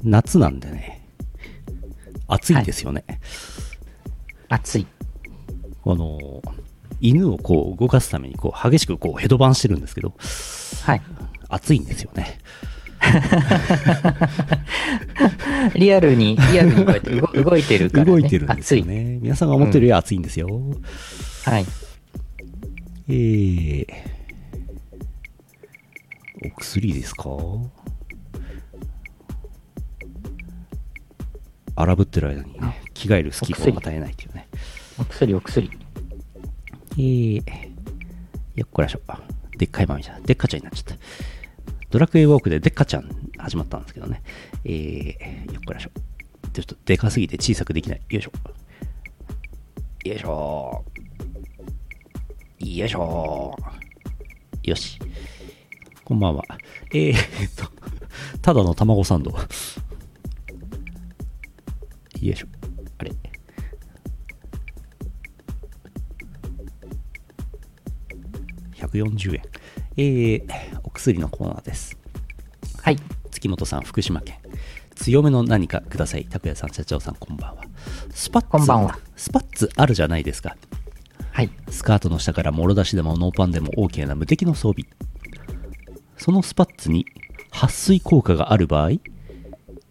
Speaker 2: 夏なんでね暑いですよね、
Speaker 1: 熱い。
Speaker 2: あのー犬をこう動かすためにこう激しくこうヘドバンしてるんですけど
Speaker 1: はい。
Speaker 2: 暑いんですよね
Speaker 1: リアルに、リアルにこうやって
Speaker 2: [LAUGHS]
Speaker 1: 動動いてるから、ね。
Speaker 2: 動いてるんですよ
Speaker 1: 熱い。
Speaker 2: ね皆さんが思ってるより暑いんですよ、
Speaker 1: はい。
Speaker 2: えー、お薬ですか荒ぶってる間にね、着替えるスキルを与えないというね。
Speaker 1: お薬、お薬。
Speaker 2: えー、よっこらしょ。でっかいまみちゃん。でっかちゃんになっちゃった。ドラクエウォークででっかちゃん始まったんですけどね。えー、よっこらしょ。ちょっとでかすぎて小さくできない。よいしょ。よいしょ。よいしょ。よし。こんばんは。えー、えっと、ただの卵サンド。よいしょ。あれ。140円。えー、お薬のコーナーです。
Speaker 1: はい。
Speaker 2: 月本さん、福島県。強めの何かください。拓也さん、社長さん、こんばんは。スパッツ、
Speaker 1: こんばんは
Speaker 2: スパッツあるじゃないですか。
Speaker 1: はい。
Speaker 2: スカートの下からもろ出しでもノーパンでも OK な無敵の装備。そのスパッツに撥水効果がある場合、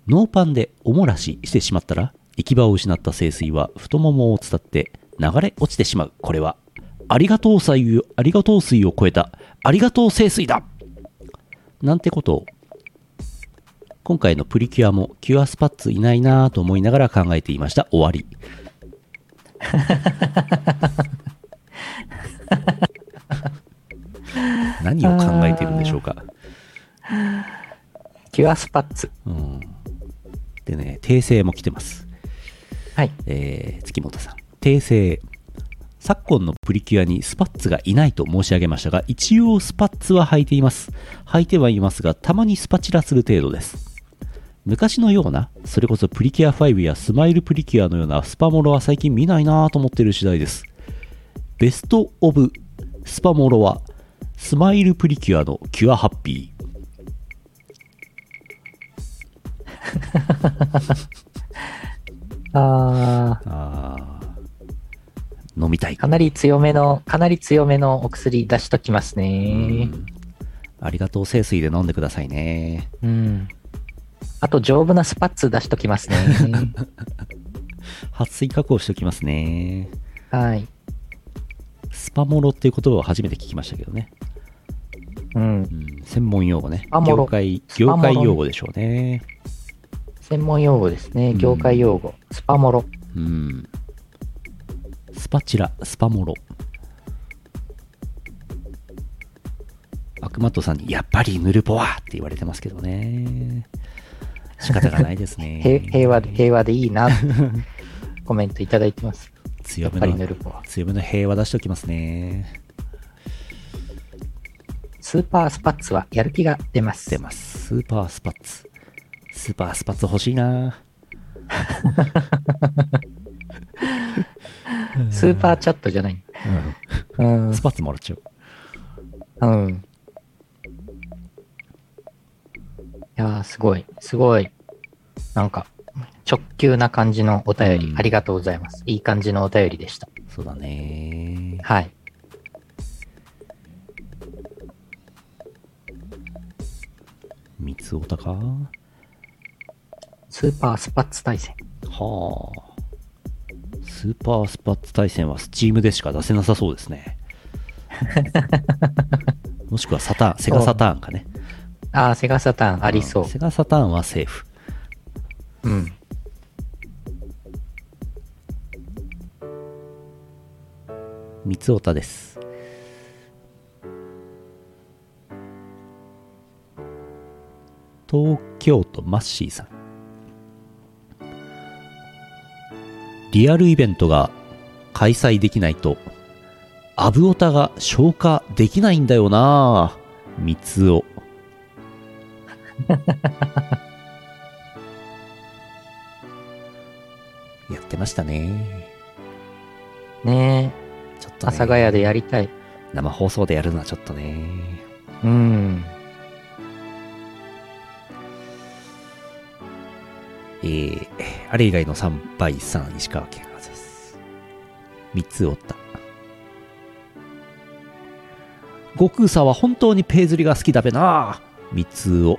Speaker 2: ノーパンでおもらししてしまったら、行き場を失った清水は太ももを伝って流れ落ちてしまう。これは、ありがとう水を、ありがとう水を超えた、ありがとう清水だなんてことを、今回のプリキュアもキュアスパッツいないなぁと思いながら考えていました。終わり。何を考えているんでしょうか。
Speaker 1: キュアスパッツ。
Speaker 2: うん、でね、訂正も来てます。
Speaker 1: はい。
Speaker 2: えー月本さん。訂正。昨今のプリキュアにスパッツがいないと申し上げましたが、一応スパッツは履いています。履いてはいますが、たまにスパチラする程度です。昔のような、それこそプリキュア5やスマイルプリキュアのようなスパモロは最近見ないなぁと思っている次第です。ベストオブスパモロは、スマイルプリキュアのキュアハッピー。
Speaker 1: あー
Speaker 2: あー飲みたい
Speaker 1: かなり強めの、かなり強めのお薬出しときますね。
Speaker 2: ありがとう清水で飲んでくださいね
Speaker 1: うん。あと、丈夫なスパッツ出しときます
Speaker 2: [LAUGHS]
Speaker 1: ね。
Speaker 2: 撥水加工しときますね
Speaker 1: はい。
Speaker 2: スパモロっていう言葉を初めて聞きましたけどね、
Speaker 1: うん
Speaker 2: う。ん、専門用語ね
Speaker 1: スパモロ
Speaker 2: 業界
Speaker 1: スパ
Speaker 2: 業
Speaker 1: モロ
Speaker 2: 界用語でしょうね
Speaker 1: 専門用語ですね。業界用語。スパモロ。
Speaker 2: うんスパチラスパモロアクマットさんにやっぱりヌルポはって言われてますけどね仕方がないです
Speaker 1: [LAUGHS]
Speaker 2: ね
Speaker 1: 平平和で、平和でいいな。コメントいただいてます。や
Speaker 2: 強
Speaker 1: っ
Speaker 2: め
Speaker 1: ぱり
Speaker 2: の
Speaker 1: ヌルポは。
Speaker 2: 強めの平和出しておきますね。
Speaker 1: スーパースパッツはやる気が出ます。
Speaker 2: 出ます。スーパースパッツ。スーパースパッツ欲しいな
Speaker 1: スーパーチャットじゃない。うん。
Speaker 2: スパッツもらっちゃう。
Speaker 1: うん。いやー、すごい。すごい。なんか、直球な感じのお便り、
Speaker 2: うん
Speaker 1: ありがとうございます。いい感じのお便りでした。
Speaker 2: そうだね
Speaker 1: はい。
Speaker 2: 三つおたかは
Speaker 1: スーパースパッツ対戦。
Speaker 2: あ。スーパースパッツ対戦はスチームでしか出せなさそうです [LAUGHS] ね。もしくはサターン、セガサターンかね。
Speaker 1: あー、セガサターンありそ
Speaker 2: んセガサターンはセーフ。
Speaker 1: う。うん。
Speaker 2: 三つおたです。東京都マッシーさん。リアルイベントが開催できないと、アブオタが消化できないんだよなぁ。三つ
Speaker 1: [LAUGHS]
Speaker 2: お。やってましたね。
Speaker 1: ね
Speaker 2: ちょっ
Speaker 1: え、
Speaker 2: と、
Speaker 1: 阿
Speaker 2: ね、
Speaker 1: 佐ヶ谷でやりたい。
Speaker 2: 生放送でやるのはちょっとね。
Speaker 1: うん。
Speaker 2: えー、あれ以外の3倍3、石川県あざす。3つおった。悟空さんは本当にペイズリが好きだべな三つお。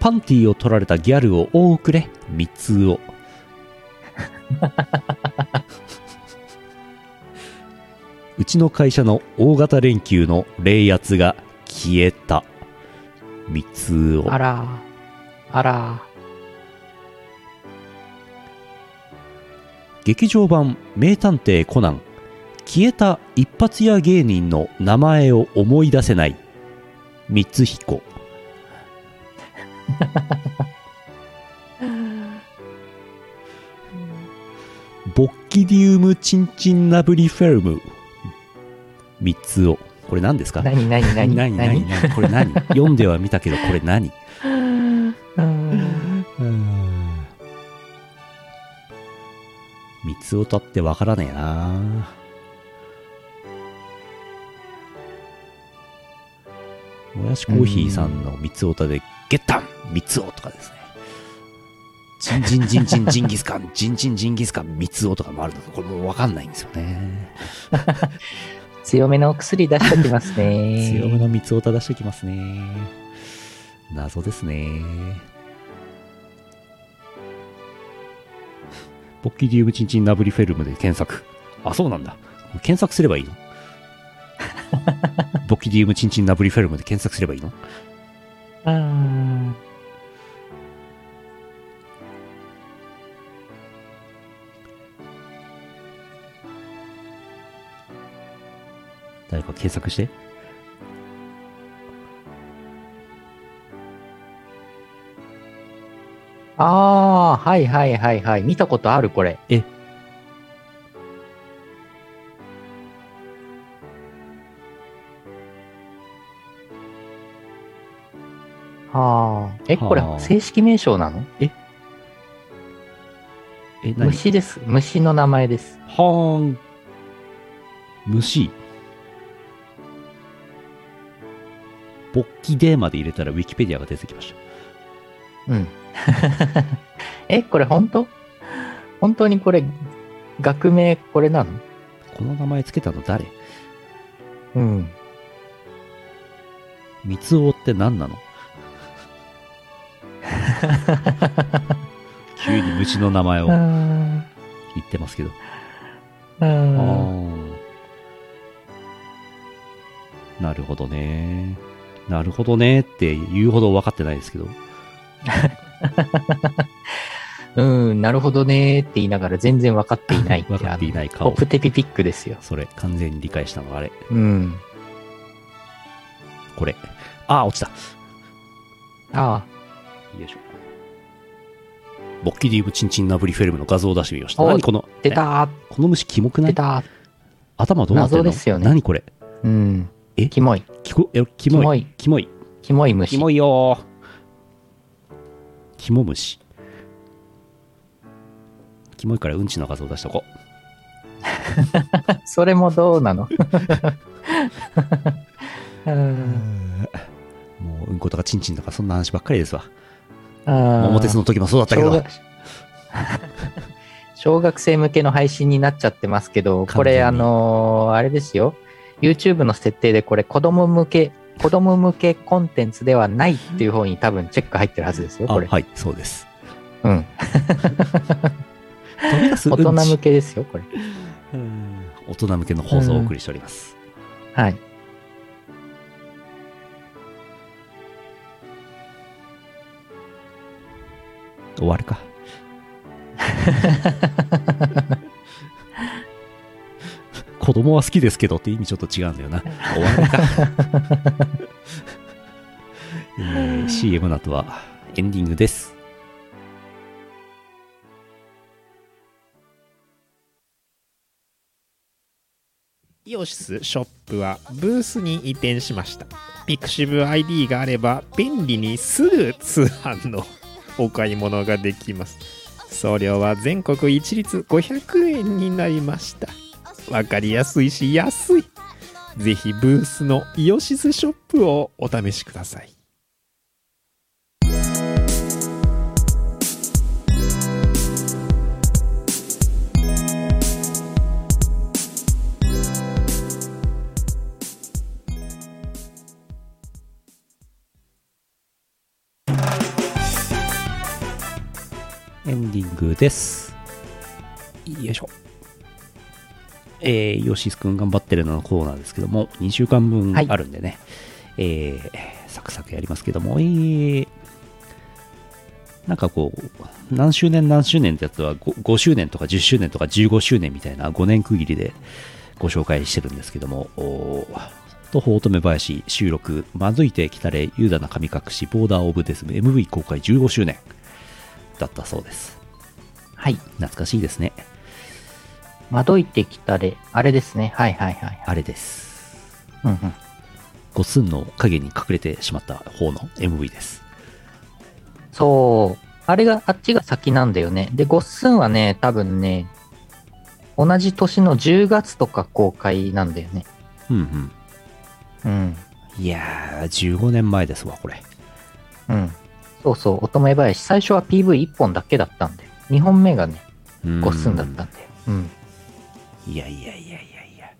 Speaker 2: パンティーを取られたギャルを多くれ三つお。うちの会社の大型連休の冷圧が消えた。三つを
Speaker 1: あら、あら、
Speaker 2: 劇場版「名探偵コナン」消えた一発屋芸人の名前を思い出せない光彦ボッキリウムチンチンナブリフェルム三つをこれ何ですか
Speaker 1: 何何何
Speaker 2: 何何何これ何読んでは見たけどこれ何
Speaker 1: うん
Speaker 2: 三つおたってわからねえなもやしコーヒーさんの三つおたで、ゲッタン三つおとかですね。ジンジンジンジンジンギスカン、ジンジンジンギスカン三つおとかもあるので、これもうわかんないんですよね。
Speaker 1: 強めのお薬出してきますね。
Speaker 2: [LAUGHS] 強めの三つおた出してきますね。謎ですね。ポッキリウムチンチンナブリフェルムで検索。あ、そうなんだ。検索すればいいのボッキリウムチンチンナブリフェルムで検索すればいいの
Speaker 1: うん
Speaker 2: 誰か検索して。
Speaker 1: ああ、はいはいはいはい。見たことある、これ。はあ。え、これ
Speaker 2: はあ、
Speaker 1: 正式名称なの
Speaker 2: え、何
Speaker 1: 虫です。虫の名前です。
Speaker 2: はーん。虫。ボッキデーまで入れたらウィキペディアが出てきました。 [LAUGHS]
Speaker 1: うん。え、これ本当本当にこれ、学名これなの
Speaker 2: この名前つけたの誰
Speaker 1: うん。
Speaker 2: 三つおって
Speaker 1: [LAUGHS]
Speaker 2: 何なの急に虫の名前を
Speaker 1: う
Speaker 2: 言
Speaker 1: ん。
Speaker 2: ってますけど。
Speaker 1: う
Speaker 2: あ
Speaker 1: ん。
Speaker 2: ーなるほどね。なるほどねって言うほど分かってないですけど。
Speaker 1: うん、なるほどねーって言いながら全然分かっていないって。
Speaker 2: 分かっていない
Speaker 1: あの
Speaker 2: 顔
Speaker 1: ポ。プテピピックですよ。
Speaker 2: それ、完全に理解したのあれ。
Speaker 1: うん。
Speaker 2: これ。あー、落ちた。
Speaker 1: あ
Speaker 2: よいしょ。ボッキリウムチンチンナブリフェルムの画像を出してみました。
Speaker 1: おい
Speaker 2: 何この
Speaker 1: あ、、出たー、
Speaker 2: えこの虫キモくな
Speaker 1: 出
Speaker 2: い
Speaker 1: たー。
Speaker 2: 頭どうなってんの
Speaker 1: 謎ですよね
Speaker 2: 何これ
Speaker 1: うん。
Speaker 2: え
Speaker 1: キモい。
Speaker 2: キコえキ
Speaker 1: キ
Speaker 2: モ
Speaker 1: モ
Speaker 2: い。
Speaker 1: い。
Speaker 2: キモい。
Speaker 1: キモい虫。
Speaker 2: キモいよー。キモ虫。キモいからうんちの画像出しとこう。
Speaker 1: [LAUGHS] それもどうなの [LAUGHS] うん。
Speaker 2: もううんことかちんちんとかそんな話ばっかりですわ。桃
Speaker 1: 桃
Speaker 2: 鉄の時もそうだったけど。 [LAUGHS]
Speaker 1: 小学生向けの配信になっちゃってますけど、これあ
Speaker 2: 完全に
Speaker 1: のーあれですよ。YouTube の設定でこれ子供向け、子供向けコンテンツではないっていう方に多分チェック入ってるはずですよ、
Speaker 2: あ、
Speaker 1: これ。
Speaker 2: はい、そうです。
Speaker 1: うん。
Speaker 2: 飛び出すう
Speaker 1: 大
Speaker 2: んち
Speaker 1: 人向けですよ、これ。
Speaker 2: うん大人向けの放送をお送りしております。
Speaker 1: はい。
Speaker 2: 終わるか。子供は好きですけどって意味ちょっと違うんだよな。終わるか。えー CM の後はエンディングです。
Speaker 5: イオシスショップはブースに移転しました。ピクシブ ID があれば便利にすぐ通販のお買い物ができます。送料は全国一律500円になりました。わかりやすいし安い。ぜひブースのイオシスショップをお試しください。
Speaker 2: エンディングです。よいしょ。えー、ヨシスくん頑張ってるののコーナーですけども、2週間分
Speaker 1: はい
Speaker 2: あるんでね、えーサクサクやりますけども、えーなんかこう、何周年何周年ってやつは 5, 周年とか10周年とか15周年みたいな5年区切りでご紹介してるんですけども、おー徒歩乙女林収録、まずいてきたれ、優雅な神隠し、ボーダーオブデスム、MV 公開15周年だったそうです。
Speaker 1: はい。
Speaker 2: 懐かしいですね。
Speaker 1: まどいてきたれ、あれですね。はいはいはい。
Speaker 2: あれです。
Speaker 1: うんうん。
Speaker 2: ゴスンの影に隠れてしまった方の MV です。
Speaker 1: そう。あれが、あっちが先なんだよね。で、ゴッスンはね、多分ね、同じ年の10月とか公開なんだよね。
Speaker 2: うんうん。
Speaker 1: うん。
Speaker 2: いやー、15年前ですわ、これ。
Speaker 1: うん。そうそう、乙女林。最初は PV1 本だけだったんで。2本目がね、ゴッスンだったんで。うん。
Speaker 2: いやいやいやいやいや。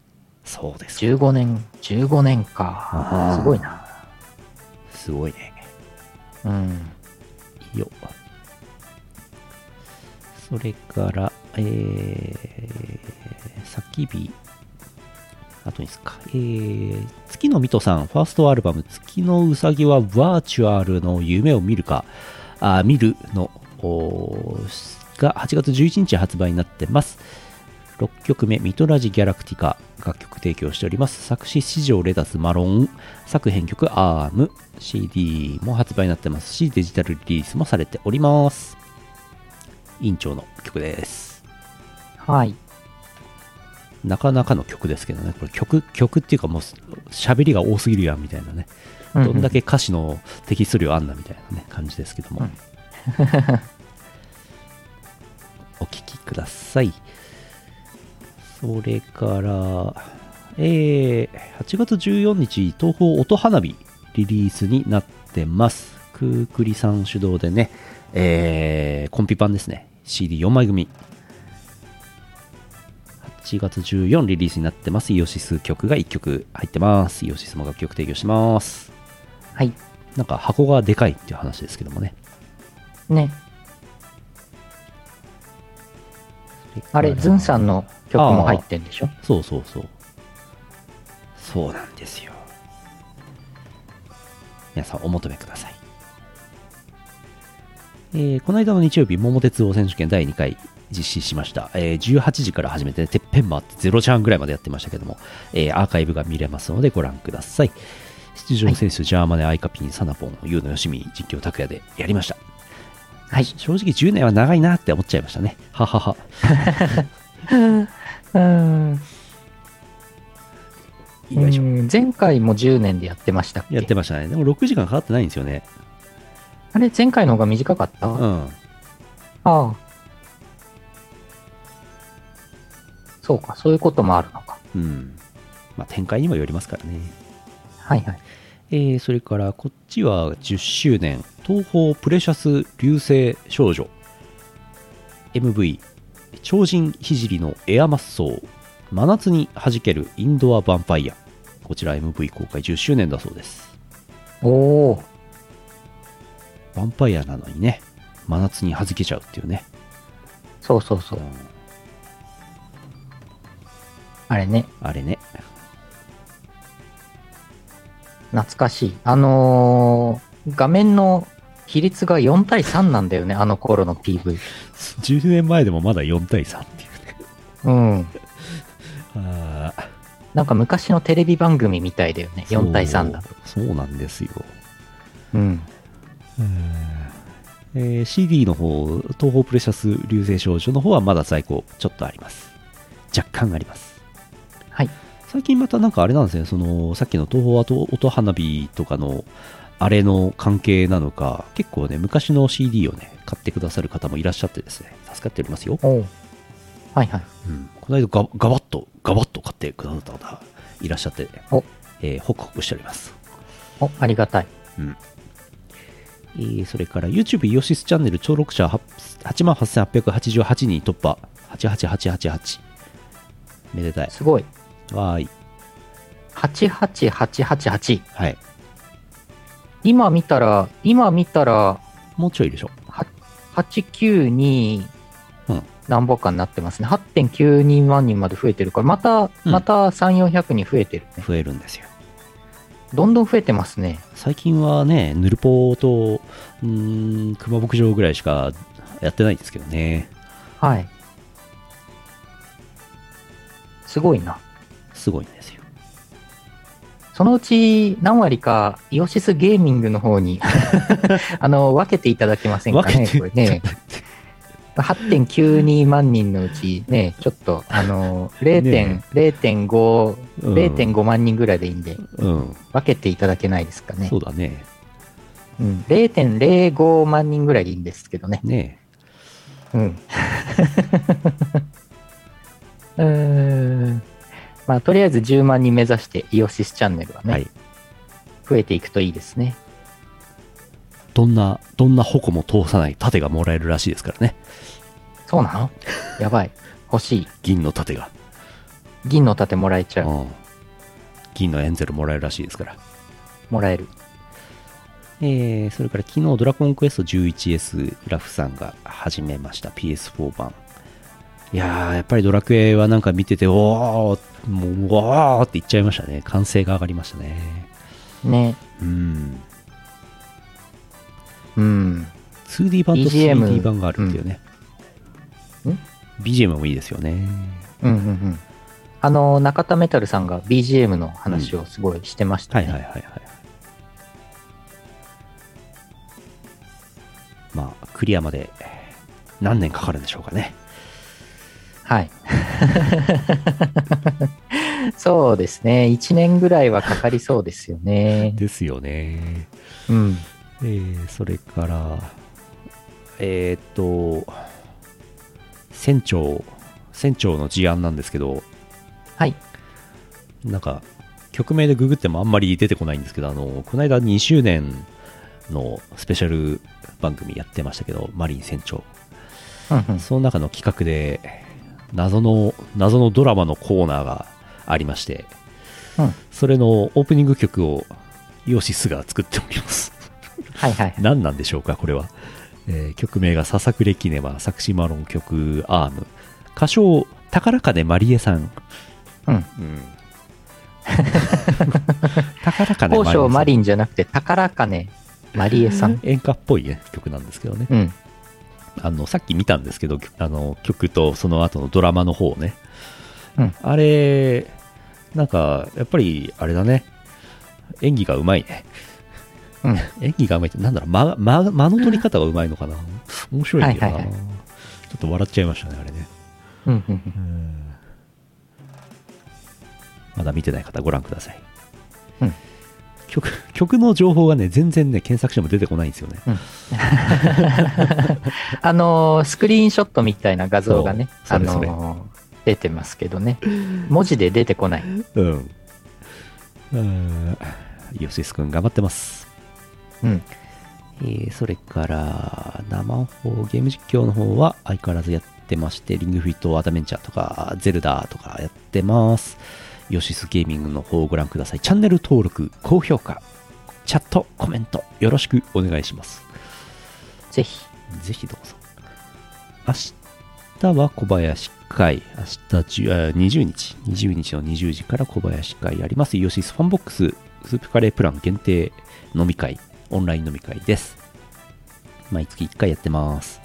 Speaker 2: そうですよ。
Speaker 1: 15年、15年
Speaker 2: あ
Speaker 1: か
Speaker 2: ー。
Speaker 1: すごいな。
Speaker 2: すごいね。
Speaker 1: うん。
Speaker 2: いいよ。それから、えー、叫び、あとですか。えー、月の水戸さん、ファーストアルバム、月のうさぎはバーチュアルの夢を見るか、あ見るの、おーが8月11日発売になってます。6曲目、ミトラジ・ギャラクティカ、楽曲提供しております。作詞、史上レタス・マロン、作編曲、アーム、CD も発売になってますし、デジタルリリースもされております。委員長の曲です。
Speaker 1: はい。
Speaker 2: なかなかの曲ですけどね、これ曲、曲っていうかもう、喋りが多すぎるやんみたいなね、どんだけ歌詞のテキスト量あんなみたいなね、感じですけども。
Speaker 1: うん
Speaker 2: [LAUGHS] お聴きください。それから、えー8月14日、東宝音花火リリースになってます。くーくりさん主導でね、えーコンピ版ですね。CD4 枚組。8月14リリースになってます。イオシス曲が1曲入ってます。イオシスも楽曲提供します。
Speaker 1: はい。
Speaker 2: なんか箱がでかいっていう話ですけどもね。
Speaker 1: ね。あれ、ズンさんの曲も入ってんでしょ
Speaker 2: そうそうそう。そうなんですよ。皆さんお求めください。えーこの間の日曜日、桃鉄王選手権第2回実施しました。えー18時から始めて、てっぺん回って0チャンぐらいまでやってましたけども、えーアーカイブが見れますのでご覧ください。出場選手、ジャーマネ、アイカピン、サナポン、ユーノヨシミ、実況、拓也でやりました。
Speaker 1: はい
Speaker 2: 正直10年は長いなって思っちゃいましたね。ははは。
Speaker 1: うん。
Speaker 2: よいしょ
Speaker 1: 前回も10年でやってましたっけ
Speaker 2: やってましたね。でも6時間かかってないんですよね。
Speaker 1: あれ、前回の方が短かった、
Speaker 2: う
Speaker 1: あ
Speaker 2: ん。
Speaker 1: あ。そうか、そういうこともあるのか。
Speaker 2: うん。まあ、展開にもよりますからね。
Speaker 1: はいはい。
Speaker 2: えーそれから、こっちは10周年、東方プレシャス流星少女、MV、超人聖のエアマッソー、真夏に弾けるインドアヴァンパイア。こちら MV 公開10周年だそうです。
Speaker 1: おおー、
Speaker 2: ヴァンパイアなのにね、真夏に弾けちゃうっていうね。。
Speaker 1: そうそうそううんあれね、
Speaker 2: あれ [LAUGHS] ね。
Speaker 1: 懐かしい。あのー画面の比率が4対3なんだよね、あの頃の PV。
Speaker 2: 10年前でもまだ4対3っていうね。
Speaker 1: うん。
Speaker 2: ああ。
Speaker 1: なんか昔のテレビ番組みたいだよね、4対3だと。
Speaker 2: そう。そうなんですよ。
Speaker 1: うん。
Speaker 2: えー CD の方、東方プレシャス流星少女の方はまだ在庫ちょっとあります。若干あります。
Speaker 1: はい。
Speaker 2: 最近またなんかあれなんですね、そのさっきの東方あと音花火とかのあれの関係なのか、結構ね、昔の CD をね、買ってくださる方もいらっしゃってですね、助かっておりますよ。
Speaker 1: おうはいはい。
Speaker 2: うん、この間ガガバッと、ガバッと買ってくださった方いらっしゃって、
Speaker 1: お
Speaker 2: えーホクホクしております。
Speaker 1: お、ありがたい。
Speaker 2: えーそれから YouTube イオシスチャンネル登録者88,888人突破。88888。めでたい。
Speaker 1: すごい。
Speaker 2: わーい。
Speaker 1: 88888。
Speaker 2: はい。
Speaker 1: 今見たら、今見たら、
Speaker 2: もうちょいでしょ。
Speaker 1: は892
Speaker 2: うん
Speaker 1: 何本かになってますね。8.92万人まで増えてるから、また、
Speaker 2: うん
Speaker 1: また3、400人増えてるね。
Speaker 2: 増えるんですよ。
Speaker 1: どんどん増えてますね。
Speaker 2: 最近はね、ヌルポと、うーん、熊牧場ぐらいしかやってないんですけどね。
Speaker 1: はい。すごいな。
Speaker 2: すごいんですよ。
Speaker 1: そのうち何割か、イオシスゲーミングの方に、 [LAUGHS] あの、分けていただけませんか
Speaker 2: 分
Speaker 1: ね
Speaker 2: け、て
Speaker 1: これね。8.92万人のうち、ね、ちょっと、あの、0.5、0.5、
Speaker 2: [LAUGHS] うん
Speaker 1: 0.5万人ぐらいでいいんで、
Speaker 2: うん、
Speaker 1: 分けていただけないですかね
Speaker 2: そ。うだね。
Speaker 1: うん、0.05万人ぐらいでいいんですけどね。
Speaker 2: ね
Speaker 1: うん。 [LAUGHS] うーん。まあ、とりあえず10万人目指して、イオシスチャンネルはね、
Speaker 2: はい
Speaker 1: 増えていくといいですね。
Speaker 2: どんな、どんな矛も通さない盾がもらえるらしいですからね。
Speaker 1: そうな
Speaker 2: [LAUGHS]
Speaker 1: のやばい。欲しい。
Speaker 2: 銀の盾が。
Speaker 1: 銀の盾もらえちゃう。
Speaker 2: うん。銀のエンゼルもらえるらしいですから。
Speaker 1: もらえる。
Speaker 2: えー、それから昨日ドラゴンクエスト 11S ラフさんが始めました PS4 版いやーやっぱりドラクエはなんか見てておーもううわーって言っちゃいましたね歓声が上がりましたね
Speaker 1: ね。
Speaker 2: うん
Speaker 1: うん。
Speaker 2: 2D 版と
Speaker 1: BGM
Speaker 2: 3D 版があるっていうね、
Speaker 1: うんん
Speaker 2: BGM もいいですよね
Speaker 1: うんうんうん。あの、中田メタルさんが BGM の話をすごいしてました
Speaker 2: は
Speaker 1: ね。
Speaker 2: いはいはいはいまあクリアまで何年かかるんでしょうかね
Speaker 1: はい。 [LAUGHS] そうですね。1年ぐらいはかかりそうですよね。
Speaker 2: ですよね
Speaker 1: うん。
Speaker 2: えーそれから、えーっと、船長、船長の事案なんですけど、
Speaker 1: はい。
Speaker 2: なんか、曲名でググってもあんまり出てこないんですけど、あの、この間2周年のスペシャル番組やってましたけど、マリン船長。
Speaker 1: うんうん
Speaker 2: その中の企画で、謎の、謎のドラマのコーナーがありまして、
Speaker 1: うん
Speaker 2: それのオープニング曲をイオシスが作っております。
Speaker 1: はいはい。
Speaker 2: 何なんでしょうかこれは、えー曲名が「ささくれキネマ」作詞マロン曲「アーム」歌唱宝金まりえさん、
Speaker 1: うん
Speaker 2: 宝金
Speaker 1: 宝生マ
Speaker 2: まりえ
Speaker 1: リンじゃなくて、宝金マリエさん。
Speaker 2: さん演歌っぽい、ね、曲なんですけどね
Speaker 1: うん。
Speaker 2: あのさっき見たんですけどあの曲とその後のドラマの方をね、
Speaker 1: うん
Speaker 2: あれなんかやっぱりあれだね演技がうまいね
Speaker 1: うん。
Speaker 2: 演技が甘いって、なんだろう、間間間の取り方がうまいのかな。面白いんだよな。
Speaker 1: はいはいは
Speaker 2: ちょっと笑っちゃいましたね、あれね。
Speaker 1: うんうんうん
Speaker 2: まだ見てない方、ご覧ください。
Speaker 1: うん
Speaker 2: 曲曲の情報がね、全然ね、検索しても出てこないんですよね。
Speaker 1: あのースクリーンショットみたいな画像がね、
Speaker 2: そ
Speaker 1: あ
Speaker 2: うそれそ
Speaker 1: の
Speaker 2: れ
Speaker 1: ー出てますけどね。文字で出てこない。
Speaker 2: うん。うん。ヨシス君、頑張ってます。
Speaker 1: うん。
Speaker 2: えーそれから、生放ゲーム実況の方は相変わらずやってまして、リングフィットアダベンチャーとか、ゼルダとかやってます。ヨシスゲーミングの方をご覧ください。チャンネル登録、高評価、チャット、コメント、よろしくお願いします。
Speaker 1: ぜひ。
Speaker 2: ぜひどうぞ。明日は小林会。明日10あ20日。20日の20時から小林会やります。イオシスファンボックス、スープカレープラン限定飲み会、オンライン飲み会です。毎月1回やってます。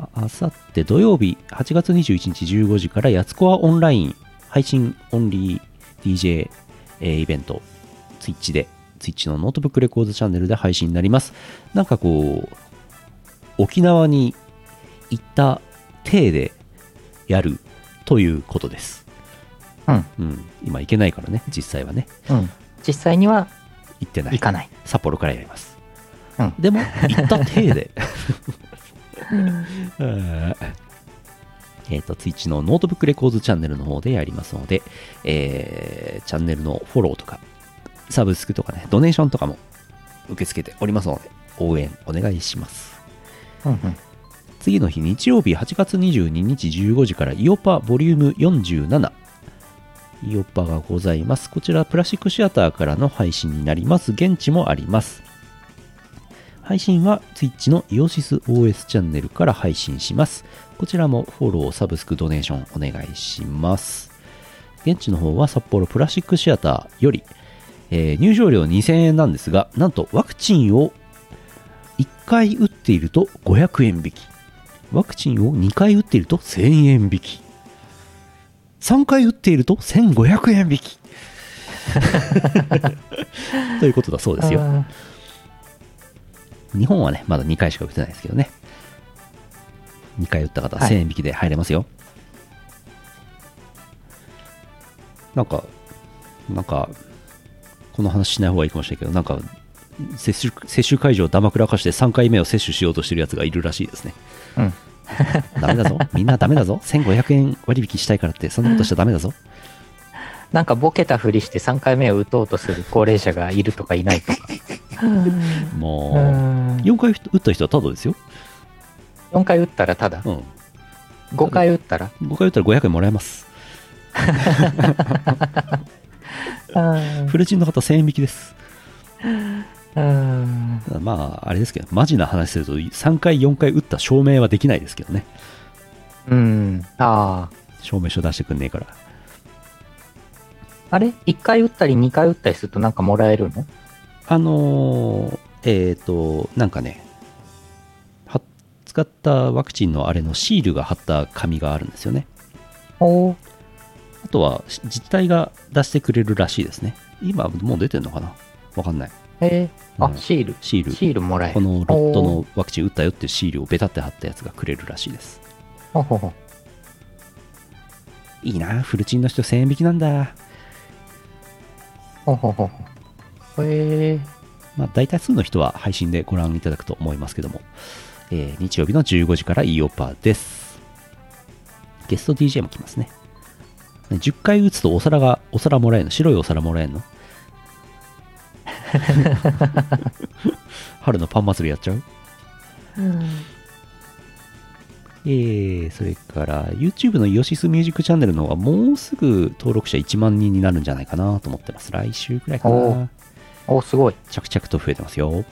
Speaker 2: ああさって土曜日、8月21日15時から、やつこはオンライン配信オンリー DJ、えーイベントツイッチで、ツイッチのノートブックレコードチャンネルで配信になります。なんかこう、沖縄に行った体でやるということです。
Speaker 1: うん。
Speaker 2: うん。今行けないからね、実際はね。
Speaker 1: うん。実際には
Speaker 2: 行ってない。
Speaker 1: 行かない。
Speaker 2: 札幌からやります。
Speaker 1: うん
Speaker 2: でも、行った体
Speaker 1: [LAUGHS]
Speaker 2: で。うんえっ、と、ツイッチのノートブックレコーズチャンネルの方でやりますので、えーチャンネルのフォローとか、サブスクとかね、ドネーションとかも受け付けておりますので、応援お願いします。
Speaker 1: うんうん。
Speaker 2: 次の日日曜日8月22日15時からイオパボリューム47イオパがございますこちらプラスチックシアターからの配信になります現地もあります配信は Twitch のイオシス OS チャンネルから配信しますこちらもフォローサブスクドネーションお願いします現地の方は札幌プラスチックシアターより、えー入場料2000円なんですが、なんとワクチンを1回打っていると500円引き。ワクチンを2回打っていると1000円引き。3回打っていると1500円引き。ということだそうですよ。
Speaker 1: あ
Speaker 2: 日本はね、まだ2回しか打ってないですけどね。2回打った方は
Speaker 1: はい
Speaker 2: 1000円引きで入れますよ。なんか、なんか、この話しない方がいいかもしれないけど、なんか、接種接種会場をだまくらかして3回目を接種しようとしてるやつがいるらしいですね。
Speaker 1: ーうん。
Speaker 2: [LAUGHS] ダメだぞ。みんなダメだぞ。1500円割引したいからって、そんなことしちゃダメだぞ。
Speaker 1: なんかボケたふりして3回目を打とうとする高齢者がいるとかいない [LAUGHS] とか。
Speaker 2: もう、4回打った人はただですよ。
Speaker 1: 4回打ったらただ、
Speaker 2: うん。
Speaker 1: 5回打ったら、
Speaker 2: 5回打ったら500円もらえます。フルチンの方1000円引きです。
Speaker 1: うん
Speaker 2: ただまあ、あれですけど、マジな話すると、3回、4回打った証明はできないですけどね。
Speaker 1: うん。ああ。
Speaker 2: 証明書出してくんねえから。
Speaker 1: あれ ?1 回打ったり2回打ったりするとなんかもらえるの
Speaker 2: あのーえっ、と、なんかね、は使ったワクチンのあれのシールが貼った紙があるんですよね。
Speaker 1: おー
Speaker 2: あとは、し自治体が出してくれるらしいですね。今、もう出てんのかなわかんない。
Speaker 1: えー
Speaker 2: う
Speaker 1: あ、
Speaker 2: ん
Speaker 1: シール。
Speaker 2: シール。
Speaker 1: シールもらえ
Speaker 2: こ
Speaker 1: る。
Speaker 2: のロットのワクチン打ったよっていうシールをベタって貼ったやつがくれるらしいです。
Speaker 1: ほほほ
Speaker 2: いいな、フルチンの人1000円引きなんだ。
Speaker 1: ほほほほ。えー
Speaker 2: まあ、大多数の人は配信でご覧いただくと思いますけども、えー日曜日の15時からイオパです。ゲスト DJ も来ますね。ね10回打つとお皿が、お皿もらえるの白いお皿もら
Speaker 1: [LAUGHS]
Speaker 2: えるの春のパン祭りやっちゃうえー、それから YouTube のイオシスミュージックチャンネルの方はもうすぐ登録者1万人になるんじゃないかなと思ってます。来週くらいか
Speaker 1: お
Speaker 2: な
Speaker 1: ー。お、すごい。
Speaker 2: 着々と増えてますよ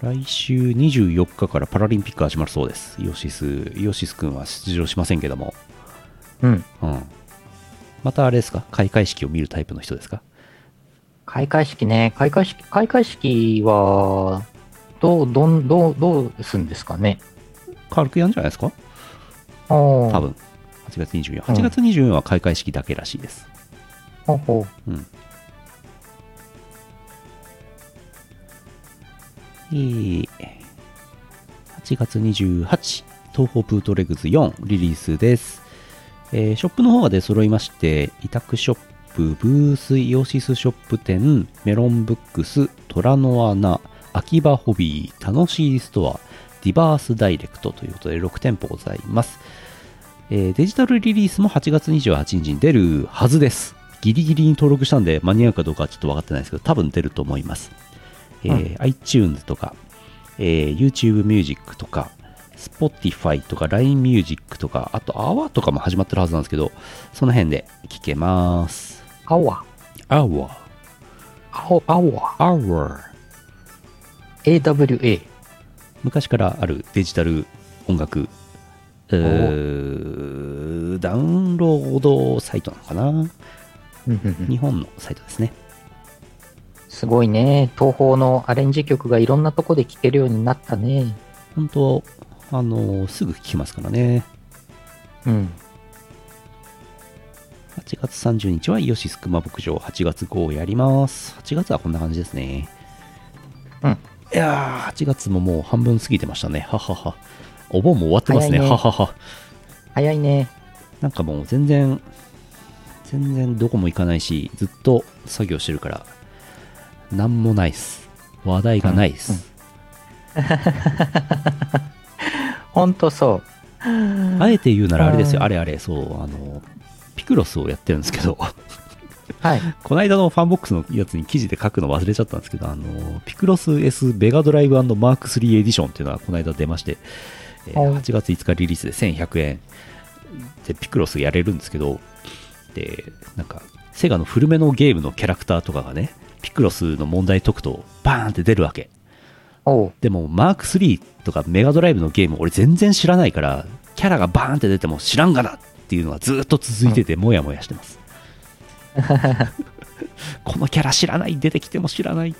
Speaker 2: 来週24日からパラリンピック始まるそうですイオシスイオシスくんは出場しませんけども
Speaker 1: うん。
Speaker 2: うんまたあれですか開会式を見るタイプの人ですか
Speaker 1: 開会式ね。開会式、開会式は、どう、どん、どう、どうすんですかね。
Speaker 2: 軽くやんじゃないですか
Speaker 1: おー
Speaker 2: 多。分8月24日8月24日は開会式だけらしいです
Speaker 1: ほほ
Speaker 2: うんえー8月28東方プートレグズ4リリースです、えーショップの方が出揃いまして委託ショップブースイオシスショップ店メロンブックス虎の穴秋葉ホビー楽しいストアディバースダイレクトということで6店舗ございます、えーデジタルリリースも8月28日に出るはずですギリギリに登録したんで間に合うかどうかはちょっと分かってないですけど多分出ると思います、えー iTunes とかえー YouTube Music とか、Spotify とか LINE Music とか、あと Hour とかも始まってるはずなんですけど、その辺で聞けます。
Speaker 1: 青は、
Speaker 2: Hour。
Speaker 1: 青、青は、
Speaker 2: Hour。
Speaker 1: AWA。
Speaker 2: 昔からあるデジタル音楽、うーダウンロードサイトなのかな
Speaker 1: うんうんうん
Speaker 2: 日本のサイトですね。
Speaker 1: すごいね。東宝のアレンジ曲がいろんなとこで聴けるようになったね。
Speaker 2: 本当あのすぐ聞きますからね。
Speaker 1: うん。
Speaker 2: 8月30日はイオシスクマ牧場8月号をやります。8月はこんな感じですね。
Speaker 1: うん
Speaker 2: いやー、8月ももう半分過ぎてましたね。ははは。お盆も終わってますね。
Speaker 1: 早いね
Speaker 2: ははは。
Speaker 1: 早いね。
Speaker 2: なんかもう全然、全然どこも行かないし、ずっと作業してるから、なんもないっす。話題がないっす。
Speaker 1: ほんとそう。
Speaker 2: あえて言うならあれです
Speaker 1: う
Speaker 2: よ。
Speaker 1: ん
Speaker 2: あれあれ、そう、あの、ピクロスをやってるんですけど。 [LAUGHS]
Speaker 1: はい。
Speaker 2: この間のファンボックスのやつに記事で書くの忘れちゃったんですけど、あの、ピクロス S ベガドライブマーク3エディションっていうのがこの間出まして、えー
Speaker 1: はい
Speaker 2: 8月5日リリースで1100円でピクロスやれるんですけど、で、なんか、セガの古めのゲームのキャラクターとかがね、ピクロスの問題解くとバーンって出るわけ。
Speaker 1: おう。
Speaker 2: でも、マーク3とかメガドライブのゲーム俺全然知らないから、キャラがバーンって出ても知らんがなってっていうのはずっと続いてて、もやもやしてます。このキャラ知らない、出てきても知らない。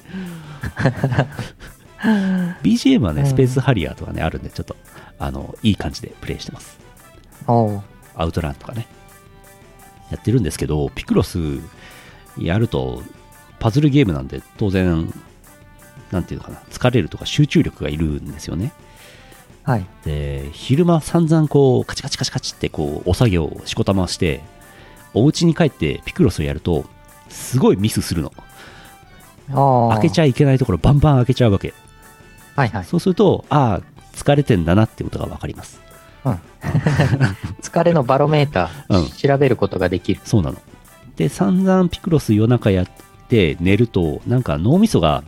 Speaker 2: BGM はね、スペースハリアーとかね、あるんで、ちょっと、あの、いい感じでプレイしてます。
Speaker 1: おう
Speaker 2: アウトランとかね、やってるんですけど、ピクロスやると、パズルゲームなんで、当然、なんていうのかな、疲れるとか集中力がいるんですよね。
Speaker 1: はい。
Speaker 2: で、昼間散々こう、カチカチカチカチってこう、お作業、しこたまして、お家に帰ってピクロスをやると、すごいミスするの。
Speaker 1: あ
Speaker 2: 開けち
Speaker 1: ゃ
Speaker 2: ゃいけないところ、バンバン開けちゃうわけ。
Speaker 1: はいはい。
Speaker 2: そうすると、ああ、疲れてんだなってことが分かります。
Speaker 1: 疲れのバロメータ
Speaker 2: うん
Speaker 1: ー、調べることができる。
Speaker 2: そうなの。で、散々ピクロス夜中やって寝ると、なんか脳みそが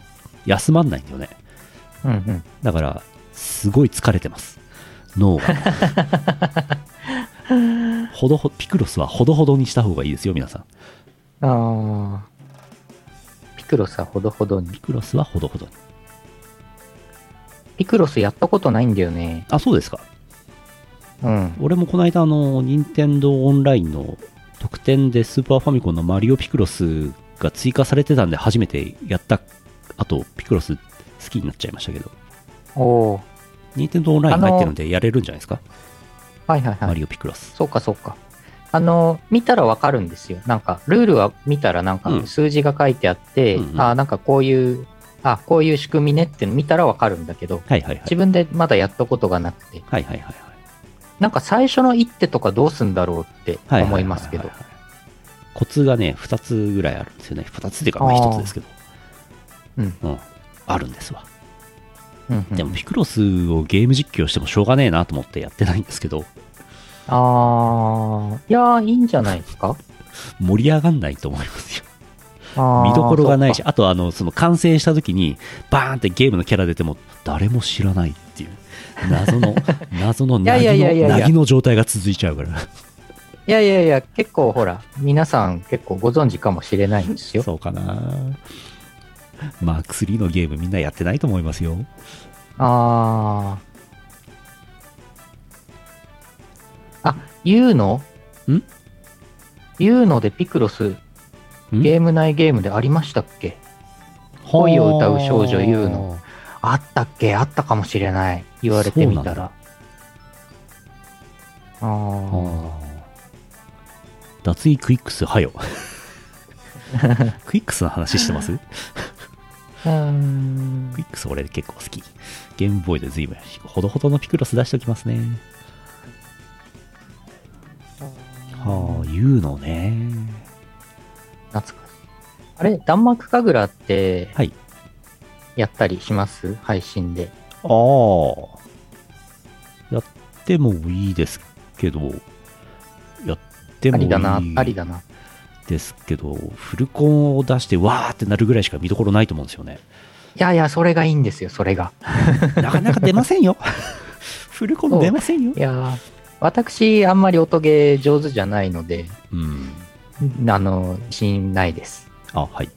Speaker 2: 休まんないんだよね。
Speaker 1: うんうん。
Speaker 2: だから、すごい疲れてます。脳が。ほどほピクロスはほどほどにした方がいいですよ、皆さん。
Speaker 1: あーピクロスはほどほどに。
Speaker 2: ピクロスはほどほどに。
Speaker 1: ピクロスやったことないんだよね。
Speaker 2: あ、そうですか。
Speaker 1: うん。
Speaker 2: 俺もこの間、あの、任天堂オンラインの特典でスーパーファミコンのマリオピクロスが追加されてたんで、初めてやった後、ピクロス好きになっちゃいましたけど。
Speaker 1: おー
Speaker 2: 任天堂オンラインに入ってるんでやれるんじゃないですか、
Speaker 1: はいはいは
Speaker 2: マ
Speaker 1: い。
Speaker 2: リオピクロス。
Speaker 1: そうかそうか。あの、見たらわかるんですよ。なんか、ルールは見たらなん
Speaker 2: うん
Speaker 1: か数字が書いてあって、
Speaker 2: うんうん
Speaker 1: あーなんかこういう、あこういう仕組みねって見たらわかるんだけど、
Speaker 2: はいはいはい
Speaker 1: 自。分でまだやったことがなくて、
Speaker 2: はいはいはいはい。
Speaker 1: なんか最初の一手とかどうすんだろうって
Speaker 2: はいははは
Speaker 1: 思いますけど。。
Speaker 2: コツがね、2つぐらいあるんですよね。2つっていうか、まあ
Speaker 1: あー
Speaker 2: 1つですけど。
Speaker 1: うん。
Speaker 2: うん。あるんですわ。
Speaker 1: うんうん
Speaker 2: でも、ピクロスをゲーム実況してもしょうがねえなと思ってやってないんですけど、
Speaker 1: ああ、いやー、いいんじゃないですか
Speaker 2: 盛り上がんないと思いますよ。
Speaker 1: 見
Speaker 2: 見どころがないし、。あと、あの、その完成した時に、バーンってゲームのキャラ出ても、誰も知らないっていう、謎
Speaker 1: [LAUGHS]
Speaker 2: の、謎の
Speaker 1: い
Speaker 2: な
Speaker 1: やい
Speaker 2: ぎ
Speaker 1: やいやいやい
Speaker 2: の、
Speaker 1: や
Speaker 2: なぎの状態が続いちゃうから。
Speaker 1: そっかいやいやいや、結構ほら、皆さん結構ご存知かもしれないんですよ。
Speaker 2: そうかな。マーク3のゲームみんなやってないと思いますよ。
Speaker 1: ああ。あ、言うの
Speaker 2: ん
Speaker 1: 言うのでピクロス、
Speaker 2: ん
Speaker 1: ゲーム内ゲームでありましたっけ恋を歌う少女ユウの。あったっけあったかもしれない。言われてみたら。あ
Speaker 2: あ
Speaker 1: ー
Speaker 2: ー。脱衣クイックスはよ。クイックスの話し
Speaker 1: [LAUGHS]
Speaker 2: てます
Speaker 1: うーん
Speaker 2: クイックス俺結構好き。ゲームボーイで随分やしほどほどのピクロス出しておきますね。はあ、ユウのね。
Speaker 1: 懐かしい。あれ、弾幕神楽って、
Speaker 2: はい
Speaker 1: やったりします配信で。
Speaker 2: ああ。やってもいいですけど、やって
Speaker 1: あ
Speaker 2: もい
Speaker 1: り
Speaker 2: い
Speaker 1: だな、ありだな。
Speaker 2: ですけど、フルコンを出してわーってなるぐらいしか見どころないと思うんですよね。 [LAUGHS]
Speaker 1: いやいや、それがいいんですよ、それが。
Speaker 2: なかなか出ませんよ。 [LAUGHS] フルコン出ませんよ
Speaker 1: い。やー私、あんまり音ゲー上手じゃないので、
Speaker 2: うん。
Speaker 1: あの、自信ないです。
Speaker 2: あ、はい。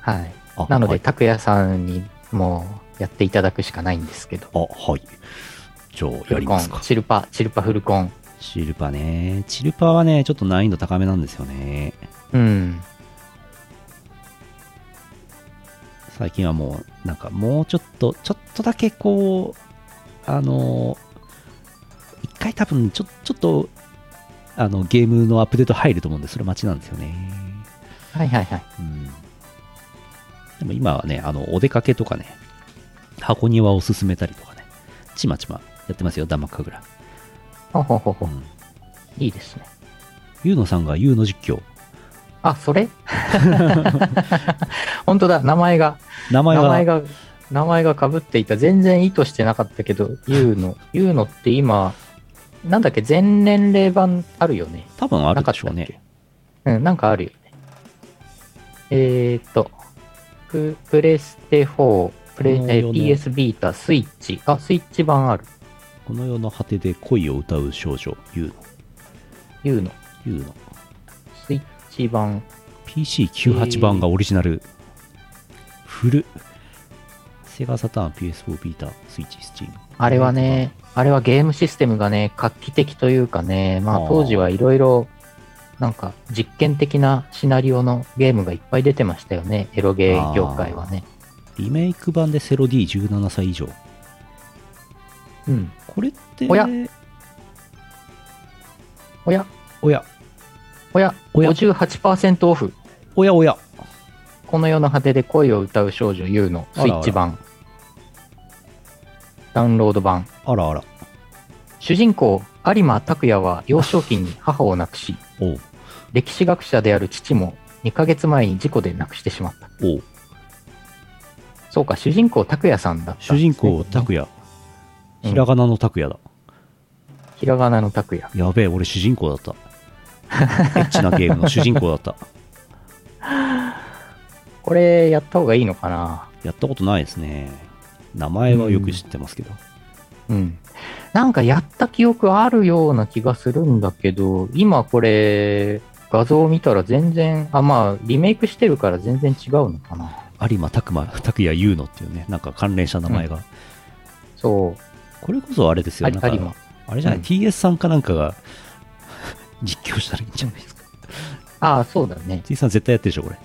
Speaker 1: はい。
Speaker 2: あ
Speaker 1: なの
Speaker 2: は
Speaker 1: で、
Speaker 2: い
Speaker 1: 拓也さんにもうやっていただくしかないんですけど。
Speaker 2: あ、はい。じゃあ、
Speaker 1: フ
Speaker 2: や
Speaker 1: ル
Speaker 2: り
Speaker 1: コ
Speaker 2: ます
Speaker 1: ン、
Speaker 2: か。
Speaker 1: チルパ、チルパフルコン。
Speaker 2: チルパね。チルパはね、ちょっと難易度高めなんですよね。
Speaker 1: うん。
Speaker 2: 最近はもう、なんかもうちょっと、ちょっとだけこう、あの、一回多分、ちょ、ちょっと、あの、ゲームのアップデート入ると思うんで、それ待ちなんですよね。
Speaker 1: はいはいはい。
Speaker 2: うんでも今はね、あの、お出かけとかね、箱庭を進めたりとかね、ちまちまやってますよ、ダマカグラ。
Speaker 1: ほうほうほうほ
Speaker 2: う。
Speaker 1: うんいいですね。
Speaker 2: ゆうのさんがゆうの実況。
Speaker 1: あ、そ
Speaker 2: [LAUGHS]
Speaker 1: れ [LAUGHS] 本当だ、名前が。
Speaker 2: 名前
Speaker 1: 名
Speaker 2: は、
Speaker 1: 前が、名前が被っていた。全然意図してなかったけど、ユー
Speaker 2: [LAUGHS]
Speaker 1: ノ。ユーノって今、なんだっけ、全年齢版あるよね。
Speaker 2: 多分あ
Speaker 1: な
Speaker 2: る
Speaker 1: か
Speaker 2: で
Speaker 1: っ
Speaker 2: したょ
Speaker 1: っ
Speaker 2: う
Speaker 1: け
Speaker 2: ね。。
Speaker 1: うん、なんかあるよね。えーっと、ププレステ4、プレ
Speaker 2: この
Speaker 1: え
Speaker 2: 世の
Speaker 1: ー PS ビータ、スイッチ。あ、スイッチ版ある。
Speaker 2: この世の果てで恋を歌う少女、ゆうの。
Speaker 1: ユーノ。
Speaker 2: ゆうの。
Speaker 1: スイッチ版。
Speaker 2: PC98 版がオリジナル。フル。セガサターン、PS4、ビータ、スイッチ、スチーム。
Speaker 1: あれはね、あれはゲームシステムがね、画期的というかね、まあ
Speaker 2: あー
Speaker 1: 当時はいろいろ、なんか実験的なシナリオのゲームがいっぱい出てましたよね、エロゲー業界はね。
Speaker 2: リメイク版でセロ D17 歳以上。
Speaker 1: うん。
Speaker 2: これって、
Speaker 1: おやおや、
Speaker 2: おや、
Speaker 1: おや、
Speaker 2: おや
Speaker 1: 58%オフ。
Speaker 2: おやおや。
Speaker 1: この世の果てで恋を歌う少女 U のスイッチ版。ダウンロード版。
Speaker 2: あらあら。
Speaker 1: 主人公、有馬拓也は幼少期に母を亡くし、
Speaker 2: おう、
Speaker 1: 歴史学者である父も2ヶ月前に事故で亡くしてしまった。
Speaker 2: おう。
Speaker 1: そうか、主人公、拓也さんだった
Speaker 2: 主
Speaker 1: んですね、
Speaker 2: 人公、拓也。
Speaker 1: うん
Speaker 2: ひらがなの拓也だ。
Speaker 1: ひらがなの拓也。
Speaker 2: やべえ、俺主人公だった。エッチなゲームの主人公だ
Speaker 1: [LAUGHS]
Speaker 2: った。
Speaker 1: これ、やった方がいいのかな
Speaker 2: やったことないですね。名前はよく知ってますけど。
Speaker 1: うん。なんかやった記憶あるような気がするんだけど、今これ、画像を見たら全然、あ、まあ、リメイクしてるから全然違うのかな。
Speaker 2: 有馬拓磨、拓也優のっていうね、なんか関連した名前が。
Speaker 1: そう。
Speaker 2: これこそあれですよ、
Speaker 1: あ
Speaker 2: なんか
Speaker 1: 有馬。
Speaker 2: あれじゃない、
Speaker 1: うん
Speaker 2: TS さんかなんかが [LAUGHS] 実況したらいいんじゃないですか。
Speaker 1: ああ、そうだね。
Speaker 2: TS さん絶対やってるでしょ、これ。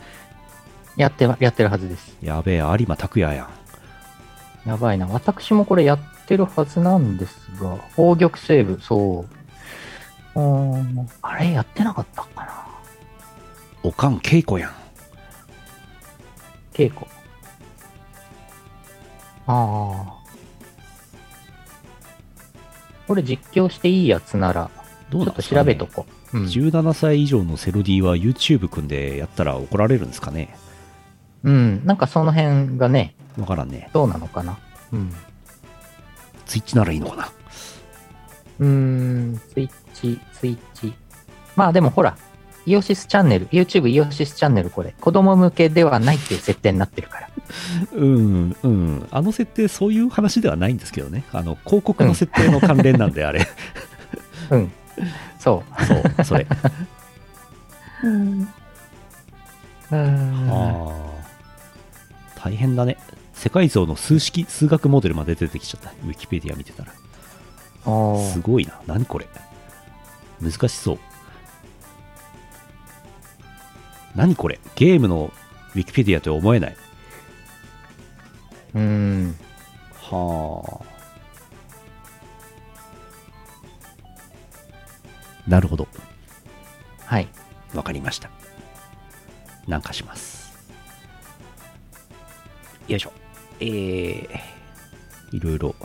Speaker 1: やってま、やってるはずです。
Speaker 2: やべえ、有馬拓也やん。
Speaker 1: やばいな。私もこれやってるはずなんですが、宝玉セーブ、そう。うーん、あれやってなかったかな。
Speaker 2: おかん稽古やん。
Speaker 1: 稽古。ああ。これ実況していいやつなら、ち
Speaker 2: ど
Speaker 1: ょ
Speaker 2: う
Speaker 1: っ
Speaker 2: なん
Speaker 1: と
Speaker 2: ですかね
Speaker 1: 調べとこう。うん。
Speaker 2: 17歳以上のセロディは YouTube 組んでやったら怒られるんですかね
Speaker 1: うん。なんかその辺がね、
Speaker 2: わからんね。
Speaker 1: どうなのかな。うん。
Speaker 2: ツイッチならいいのかな
Speaker 1: うーん、ツイッチ、ツイッチ。まあでもほら、イオシスチャンネル、YouTube イオシスチャンネルこれ、子供向けではないっていう設定になってるから。
Speaker 2: うん、うん。あの設定、そういう話ではないんですけどね。あの、広告の設定の関連なんで、あれ。
Speaker 1: うん。そう。
Speaker 2: [LAUGHS] そう、それ。
Speaker 1: うーん
Speaker 2: あー大変だね。世界像の数式、数学モデルまで出てきちゃった。ウィキペディア見てたら。
Speaker 1: お
Speaker 2: す
Speaker 1: ー
Speaker 2: ごいな。何これ。難しそう。何これ。ゲームのウィキペディアとは思えない。
Speaker 1: うーん。
Speaker 2: はあ。なるほど。
Speaker 1: はい。
Speaker 2: わかりました。なんかします。よいしょ。えー、いろいろ、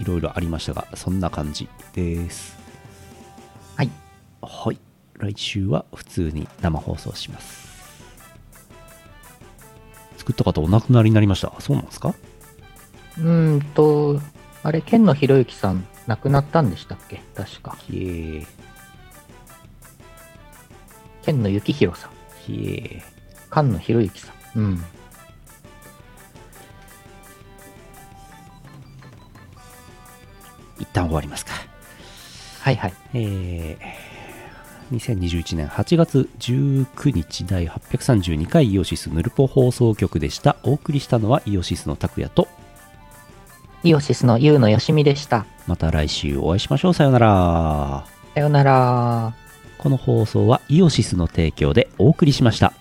Speaker 2: いろいろありましたが、そんな感じです。
Speaker 1: はい。
Speaker 2: はい。来週は普通に生放送します。作った方お亡くなりになりました。そうなんですか
Speaker 1: うーんと、あれ、剣野博之さん、亡くなったんでしたっけ確か。
Speaker 2: ひえー、
Speaker 1: 剣野幸宏さん、
Speaker 2: ひえー。
Speaker 1: 菅野博之さん。うん。
Speaker 2: 一旦終わりますか。
Speaker 1: はいはい。
Speaker 2: えー2021年8月19日第832回イオシスヌルポ放送局でした。お送りしたのはイオシスの拓也と、
Speaker 1: イオシスの優のよしみでした。
Speaker 2: また来週お会いしましょう。さようなら。
Speaker 1: さよなら。
Speaker 2: この放送はイオシスの提供でお送りしました。